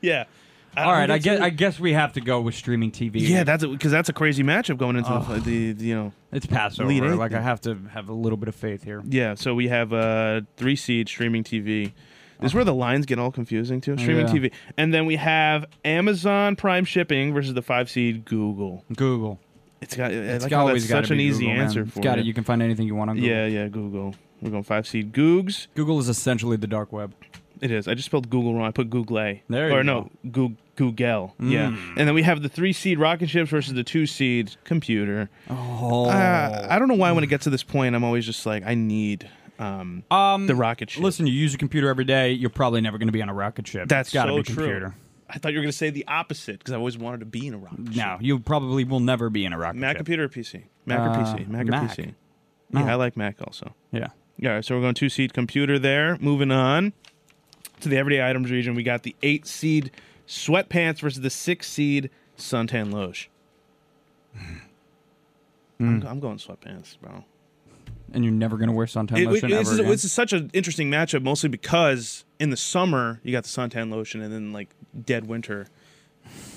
Yeah. All right, I guess. guess I guess we have to go with streaming TV. Yeah, that's because that's a crazy matchup going into Oh. the, the, the you know it's Passover. Lead it. Like I have to have a little bit of faith here. yeah. So we have uh three seed streaming TV. This is where the lines get all confusing too. Streaming Oh, Yeah. TV, and then we have Amazon Prime shipping versus the five seed Google. Google. It's got It's it's got- always that's gotta such be an easy Google, man. answer It's for got it. it. You can find anything you want on Google. Yeah, yeah, Google. We're going five seed Googs. Google is essentially the dark web. It is. I just spelled Google wrong. I put Google. There or you Mm. no, Goog- Google. Yeah. And then we have the three seed rocket ships versus the two seed computer. Oh. Uh, I don't know why when it gets to this point, I'm always just like, I need um, Um, the rocket ship. Listen, you use a computer every day. You're probably never going to be on a rocket ship. that's got to so be a true. computer. I thought you were gonna say the opposite because I always wanted to be in a rocket ship. No, you probably will never be in a rocket Mac ship. computer or PC? Mac or Uh, PC? Mac or Mac. PC? No. Yeah, I like Mac also. Yeah. Yeah, all right, so we're going two seed computer there. Moving on. to the everyday items region, we got the eight seed sweatpants versus the six seed suntan loge. Hmm. I'm, I'm going sweatpants, bro. and you're never gonna wear suntan It- lotion it- ever this, is, again. this is such an interesting matchup, mostly because in the summer you got the suntan lotion, and then like dead winter,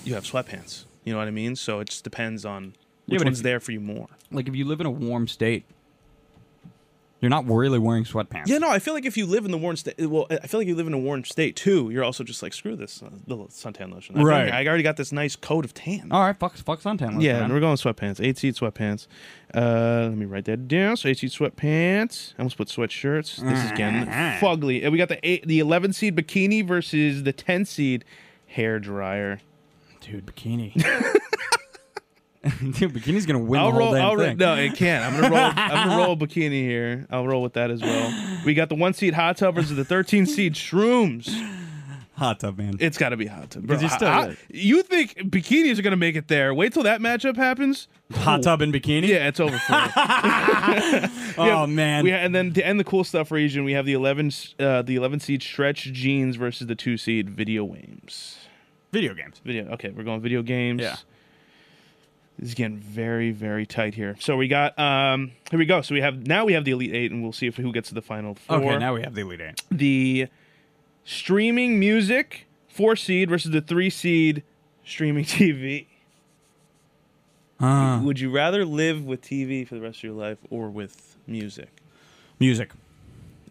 you have sweatpants. You know what I mean? So it just depends on Yeah, which but if one's you- there for you more. like if you live in a warm state, you're not really wearing sweatpants. Yeah, no, I feel like if you live in the Warren state, well, I feel like you live in a Warren state too. You're also just like screw this uh, the suntan lotion. I feel Right. like I already got this nice coat of tan. All right, fuck, fuck suntan lotion. Yeah, man. and we're going sweatpants. Eight seat sweatpants. Uh, let me write that down. So eight seat sweatpants. I almost put sweatshirts. This is getting fugly. And we got the eight, the eleven seed bikini versus the ten seed hair dryer. dude, bikini. dude, bikini's gonna win I'll the whole roll. damn I'll roll. thing. No, it can't. I'm gonna roll. I'm gonna roll bikini here. I'll roll with that as well. We got the one seed hot tub versus the thirteen seed shrooms. Hot tub, man. It's got to be hot tub. 'Cause you're Bro, still I- I- lit. you think bikinis are gonna make it there? Wait till that matchup happens. Hot tub and bikini. Yeah, it's over for. you. Oh man. We ha- and then to end the cool stuff region, we have the eleven uh, the eleven seed stretch jeans versus the two seed video games. Video games. Video. Okay, we're going video games. Yeah. This is getting very very tight here. So we got um here we go. So we have now we have the elite eight, and we'll see if who gets to the final four. Okay, now we have the elite eight. the streaming music four seed versus the three seed streaming TV. Uh, Would you rather live with TV for the rest of your life or with music? music.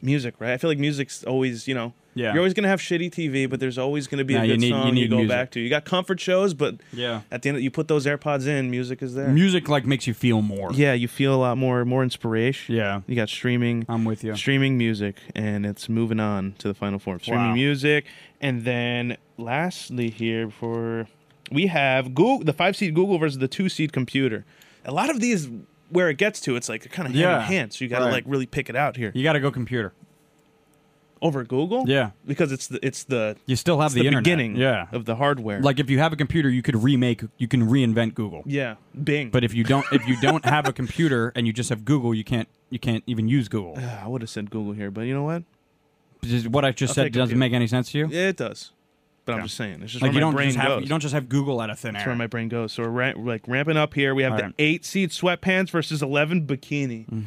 music, right? I feel like music's always, you know, Yeah. you're always gonna have shitty TV, but there's always gonna be No, a you good need- you song you, need go music. back to. You got comfort shows, but Yeah. at the end, you put those AirPods in, music is there. Music like makes you feel more. yeah, you feel a lot more more inspiration. Yeah. Um, You got streaming, I'm with you. streaming music, and it's moving on to the final form. Streaming Wow. music, and then lastly here for we have Google, the five seed Google versus the two seed computer. A lot of these. Where it gets to, it's like kind of hand Yeah. in hand. So you got to Right. like really pick it out here You gotta go computer. over Google. Yeah. because it's the it's the You still have it's the, the, internet. beginning Yeah. of the hardware. Like if you have a computer, you could remake, you can reinvent Google. yeah, Bing. But if you don't, if you don't have a computer and you just have Google, you can't, you can't even use Google. Ah, I would have said Google here, but you know what? This is what I just I'll said take doesn't computer. make any sense to you. Yeah, it does. But I'm just saying, it's just like where you my don't brain just have, goes. you don't just have Google out of thin That's where air. my brain goes. So we're ra- we're, like ramping up here. We have All the right. eight seed sweatpants versus eleven bikini. Mm.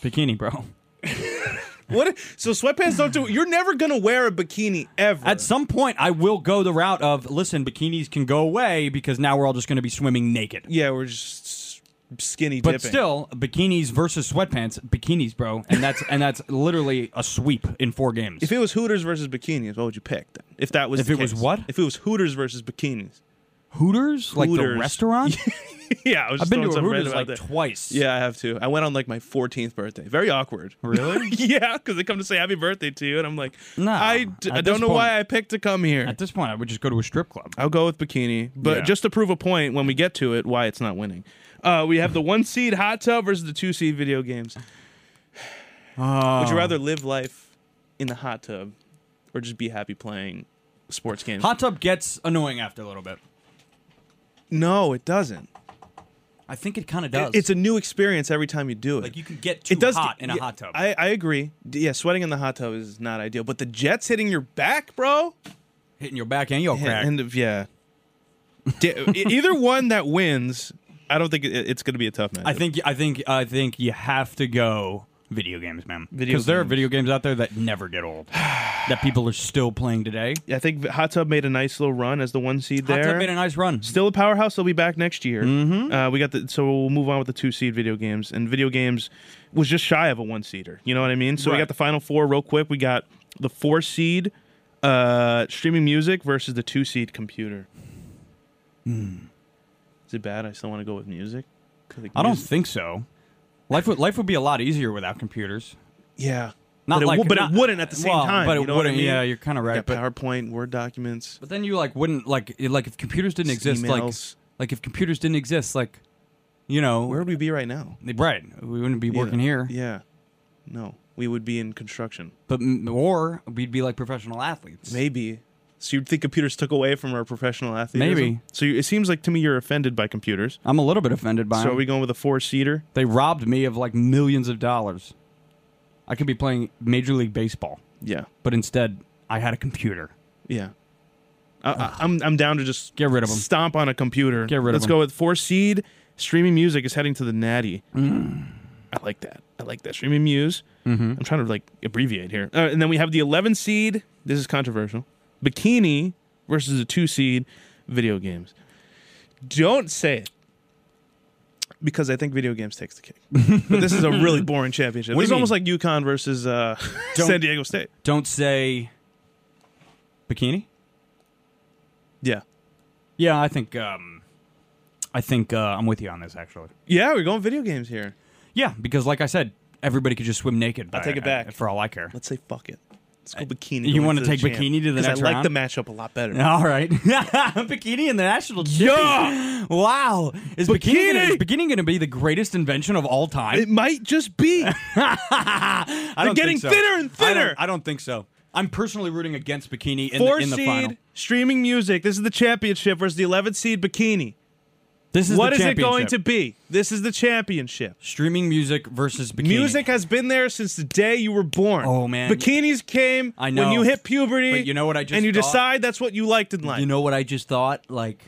Bikini, bro. What? So sweatpants don't do. You're never gonna wear a bikini ever. At some point, I will go the route of listen. Bikinis can go away because now we're all just going to be swimming naked. yeah, we're just s- skinny But dipping. still, bikinis versus sweatpants, bikinis, bro, and that's and that's literally a sweep in four games. if it was Hooters versus bikinis, what would you pick? Then? If that was If the it was case. what? If it was Hooters versus bikinis. Hooters, like the Hooters. restaurant, yeah, I was I've just been to throwing a something random Hooters out like there. twice. Yeah, I have too. I went on like my 14th birthday. Very awkward. Really? yeah, because they come to say happy birthday to you, and I'm like, No, I, d- at I don't this know point- why I picked to come here. At this point, I would just go to a strip club. I'll go with bikini, but Yeah. just to prove a point when we get to it, why it's not winning. Uh, we have the one seed hot tub versus the two seed video games. Oh. Would you rather live life in the hot tub or just be happy playing sports games? Hot tub gets annoying after a little bit. no, it doesn't. I think it kind of does. It's a new experience every time you do it. like you can get too hot in a yeah, hot tub. I, I agree. D- Yeah, sweating in the hot tub is not ideal, but the jets hitting your back, bro. Hitting your back and your Yeah, crack. end of yeah. D- e- either one that wins, I don't think it, it's going to be a tough match. I think I think I think you have to go video games, man. Video Because there are games. video games out there that never get old, that people are still playing today. I think hot tub made a nice little run as the one seed there. Hot Tub made a nice run. Still a powerhouse. They'll be back next year. Mm-hmm. Uh, we got the so we'll move on with the two seed video games and video games was just shy of a one seeder. You know what I mean? So Right. we got the final four real quick. We got the four seed uh, streaming music versus the two seed computer. Is it bad? I still want to go with music. 'Cause, like, Hmm. I don't mus- think so. Life would life would be a lot easier without computers. yeah. Not but like, it, wou- but not- it wouldn't at the same well, time. But it you know what I wouldn't. mean? Yeah, you're kind of You right. got But, PowerPoint, Word documents. but then you like wouldn't like it- like if computers didn't It's exist, like emails. like if computers didn't exist, like you know, Where would we be right now? right? We wouldn't be working Yeah. here. Yeah. No, we would be in construction. But m- or we'd be like professional athletes. Maybe. So you'd think computers took away from our professional athletes? Maybe. So you, it seems like to me you're offended by computers. I'm a little bit offended by. So them. are we going with a four seater? They robbed me of like millions of dollars. I could be playing Major League Baseball, Yeah. but instead I had a computer. Yeah. I, I, I'm I'm down to just Get rid of 'em. Stomp on a computer. Get rid of Let's 'em. go with four seed. Streaming music is heading to the natty. Mm. I like that. I like that. Streaming muse. Mm-hmm. I'm trying to like abbreviate here. Uh, and then we have the 11 seed. This is controversial. Bikini versus the two seed. Video games. Don't say it. Because I think video games takes the cake, but this is a really boring championship. What do This is you almost like UConn versus uh, Don't- San Diego State. Don't say bikini. Yeah, Yeah, I think um, I think uh, I'm with you on this actually. yeah, we're going video games here. Yeah, because like I said, everybody could just swim naked. I'll by- take it back. for all I care. Let's say fuck it. Let's go bikini. you going wanna to take champ, bikini to the 'cause next I like round? the matchup a lot better. All right, bikini and the national. Yeah, wow. Is bikini Bikini! gonna, is bikini going to be the greatest invention of all time? It might just be. I They're getting think so. thinner and I don't- thinner. I don't think so. I'm personally rooting against bikini in, the, Four in the seed final. streaming music. This is the championship versus the 11th seed bikini. This is What the is it going championship. to be? This is the championship. Streaming music versus bikini. Music has been there since the day you were born. Oh, man. bikinis came I when know. you hit puberty. But you know what I just and you thought? decide that's what you liked in life. You know what I just thought? Like,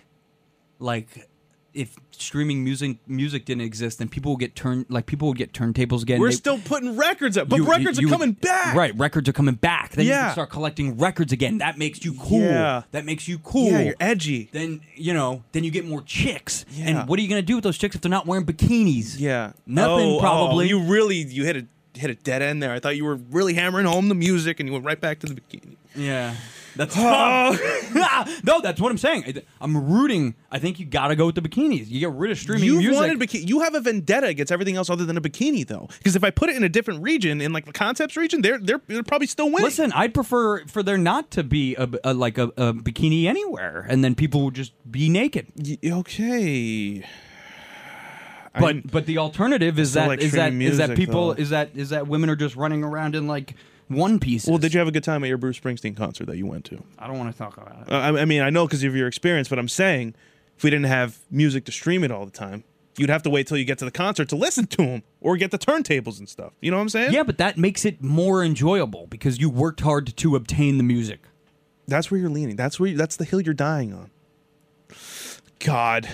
like if streaming music music didn't exist, then people would get turn like people would get turntables again. we're They- still putting records up, but you- records you- are coming back. Right, records are coming back. Then you Yeah. can start collecting records again. That makes you cool. Yeah. That makes you cool. Yeah, you're edgy. then you know, then you get more chicks. Yeah. And what are you gonna do with those chicks if they're not wearing bikinis? Yeah. Nothing Oh, oh, probably. you really you hit a hit a dead end there. I thought you were really hammering home the music and you went right back to the bikini. Yeah. That's no, that's what I'm saying. I- I'm rooting. I think you gotta go with the bikinis. You get rid of streaming you music. wanted bikini. You have a vendetta against everything else other than a bikini, though. Because if I put it in a different region, in like the concepts region, they're they're, they're probably still winning. Listen, I'd prefer for there not to be a, a like a, a bikini anywhere, and then people would just be naked. Y- okay. But I'm- but the alternative is still that like is that streaming is that music, people though. is that is that women are just running around in like one piece. well, did you have a good time at your Bruce Springsteen concert that you went to? I don't want to talk about it. Uh, I, I mean, I know because of your experience, but I'm saying if we didn't have music to stream it all the time, you'd have to wait till you get to the concert to listen to them or get the turntables and stuff. You know what I'm saying? Yeah, but that makes it more enjoyable because you worked hard to obtain the music. That's where you're leaning. That's where you, that's the hill you're dying on. God.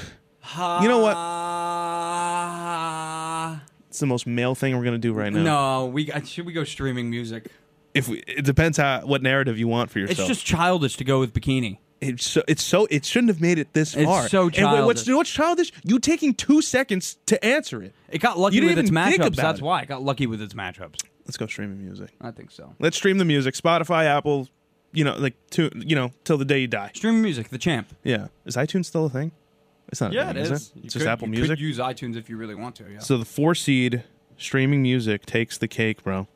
You know what? Ah. It's the most male thing we're gonna do right now. No, we uh, should we go streaming music. If we, it depends how what narrative you want for It's yourself. just childish to go with bikini. it's so it's so it shouldn't have made it this It's far. so And wha- what's childish. you know what's childish? You taking two seconds to answer it. It got lucky You didn't with its even think matchups. about That's it. why it got lucky with its matchups. Let's go streaming music. I think so. Let's stream the music. Spotify, Apple, you know, like to you know till the day you die. Streaming music, the champ. Yeah, is iTunes still a thing? It's not. a thing, It? It's just Apple Music. use iTunes if you really want to. Yeah. So the four seed streaming music takes the cake, bro.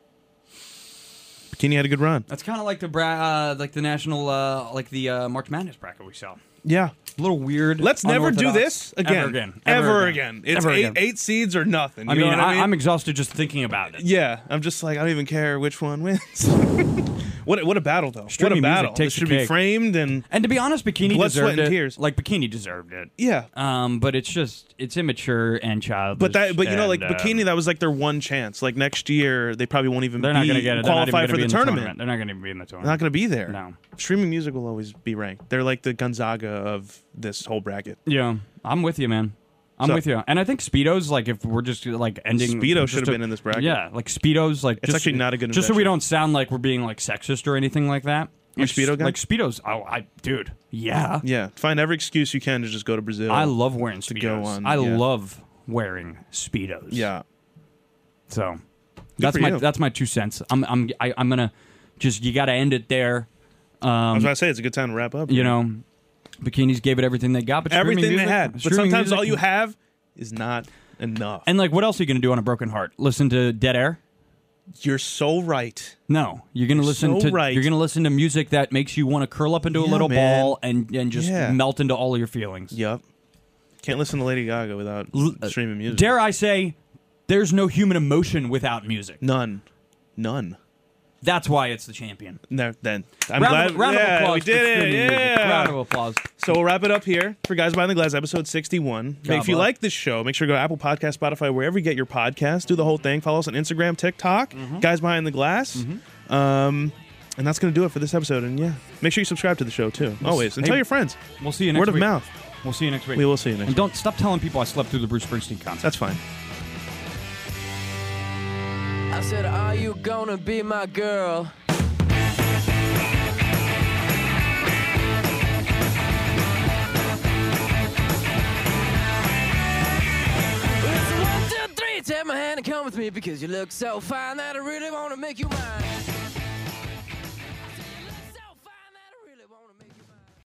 Bikini had a good run. That's kind of like the bra- uh, like the national uh, like the uh, March Madness bracket we saw. Yeah. A little weird. Let's never do unorthodox. this again. Ever again. Ever again. It's Ever eight, again. eight seeds or nothing. I You mean, know I what I mean, I, am exhausted just thinking about it. yeah. I'm just like I don't even care which one wins. what a- what a battle though. Streaming what a music battle. takes This should the be cake. framed and And to be honest, Bikini Blood, sweat, deserved and it. tears. Like Bikini deserved it. yeah. Um, but it's just it's immature and childish. But that, but you know, like and, uh, bikini, that was like their one chance. Like next year, they probably won't even they're not be going to get it. They're not even gonna qualified for be the in tournament. They're not going to be in the They're not tournament. going to be there. No. Streaming music will always be ranked. They're like the Gonzaga of this whole bracket. Yeah, I'm with you, man. I'm So- with you. And I think Speedos, like, if we're just like ending, Speedo just should have to- been in this bracket. Yeah, like Speedos, like just, actually not a good Just so we invention. don't sound like we're being like sexist or anything like that. You're a Like, Speedo guy? like Speedos. Oh, I, dude, yeah, Yeah. Find every excuse you can to just go to Brazil. I love wearing Speedos. go on, I yeah. love wearing Speedos. Yeah. so that's for my you. that's my two cents. I'm I'm I, I'm gonna just you got to end it there. um, I was about to say it's a good time to wrap up. You know, bikinis gave it everything they got, but streaming everything they music- had. But streaming sometimes music- all you have is not enough. And like, what else are you gonna do on a broken heart? Listen to Dead Air? You're so right. No, you're gonna listen so to right. you're gonna listen to music that makes you want to curl up into a Yeah, little man. ball and and just Yeah. melt into all of your feelings. Yep. Can't listen to Lady Gaga without uh, streaming music. Dare I say, there's no human emotion without music. None. None. That's why it's the champion. No, then I'm round glad of, round yeah, of applause we for did it. streaming music. Yeah. Round of applause. So we'll wrap it up here for Guys Behind the Glass, episode 61. Hey, if you bless. like this show, make sure to go to Apple Podcast, Spotify, wherever you get your Mm-hmm. podcast. Do the whole thing. Follow us on Instagram, TikTok, Guys Behind the Glass. Um, And that's going to do it for this episode. And yeah, make sure you subscribe to the show too. Always. And Hey, tell your friends. We'll see you next Word of week. mouth. We'll see you next week. We will see you next And week. don't stop telling people I slept through the Bruce Springsteen concert. That's fine. I said, Are you gonna be my girl? It's a one, two, three, Take my hand and come with me because you look so fine that I really want to make you mine.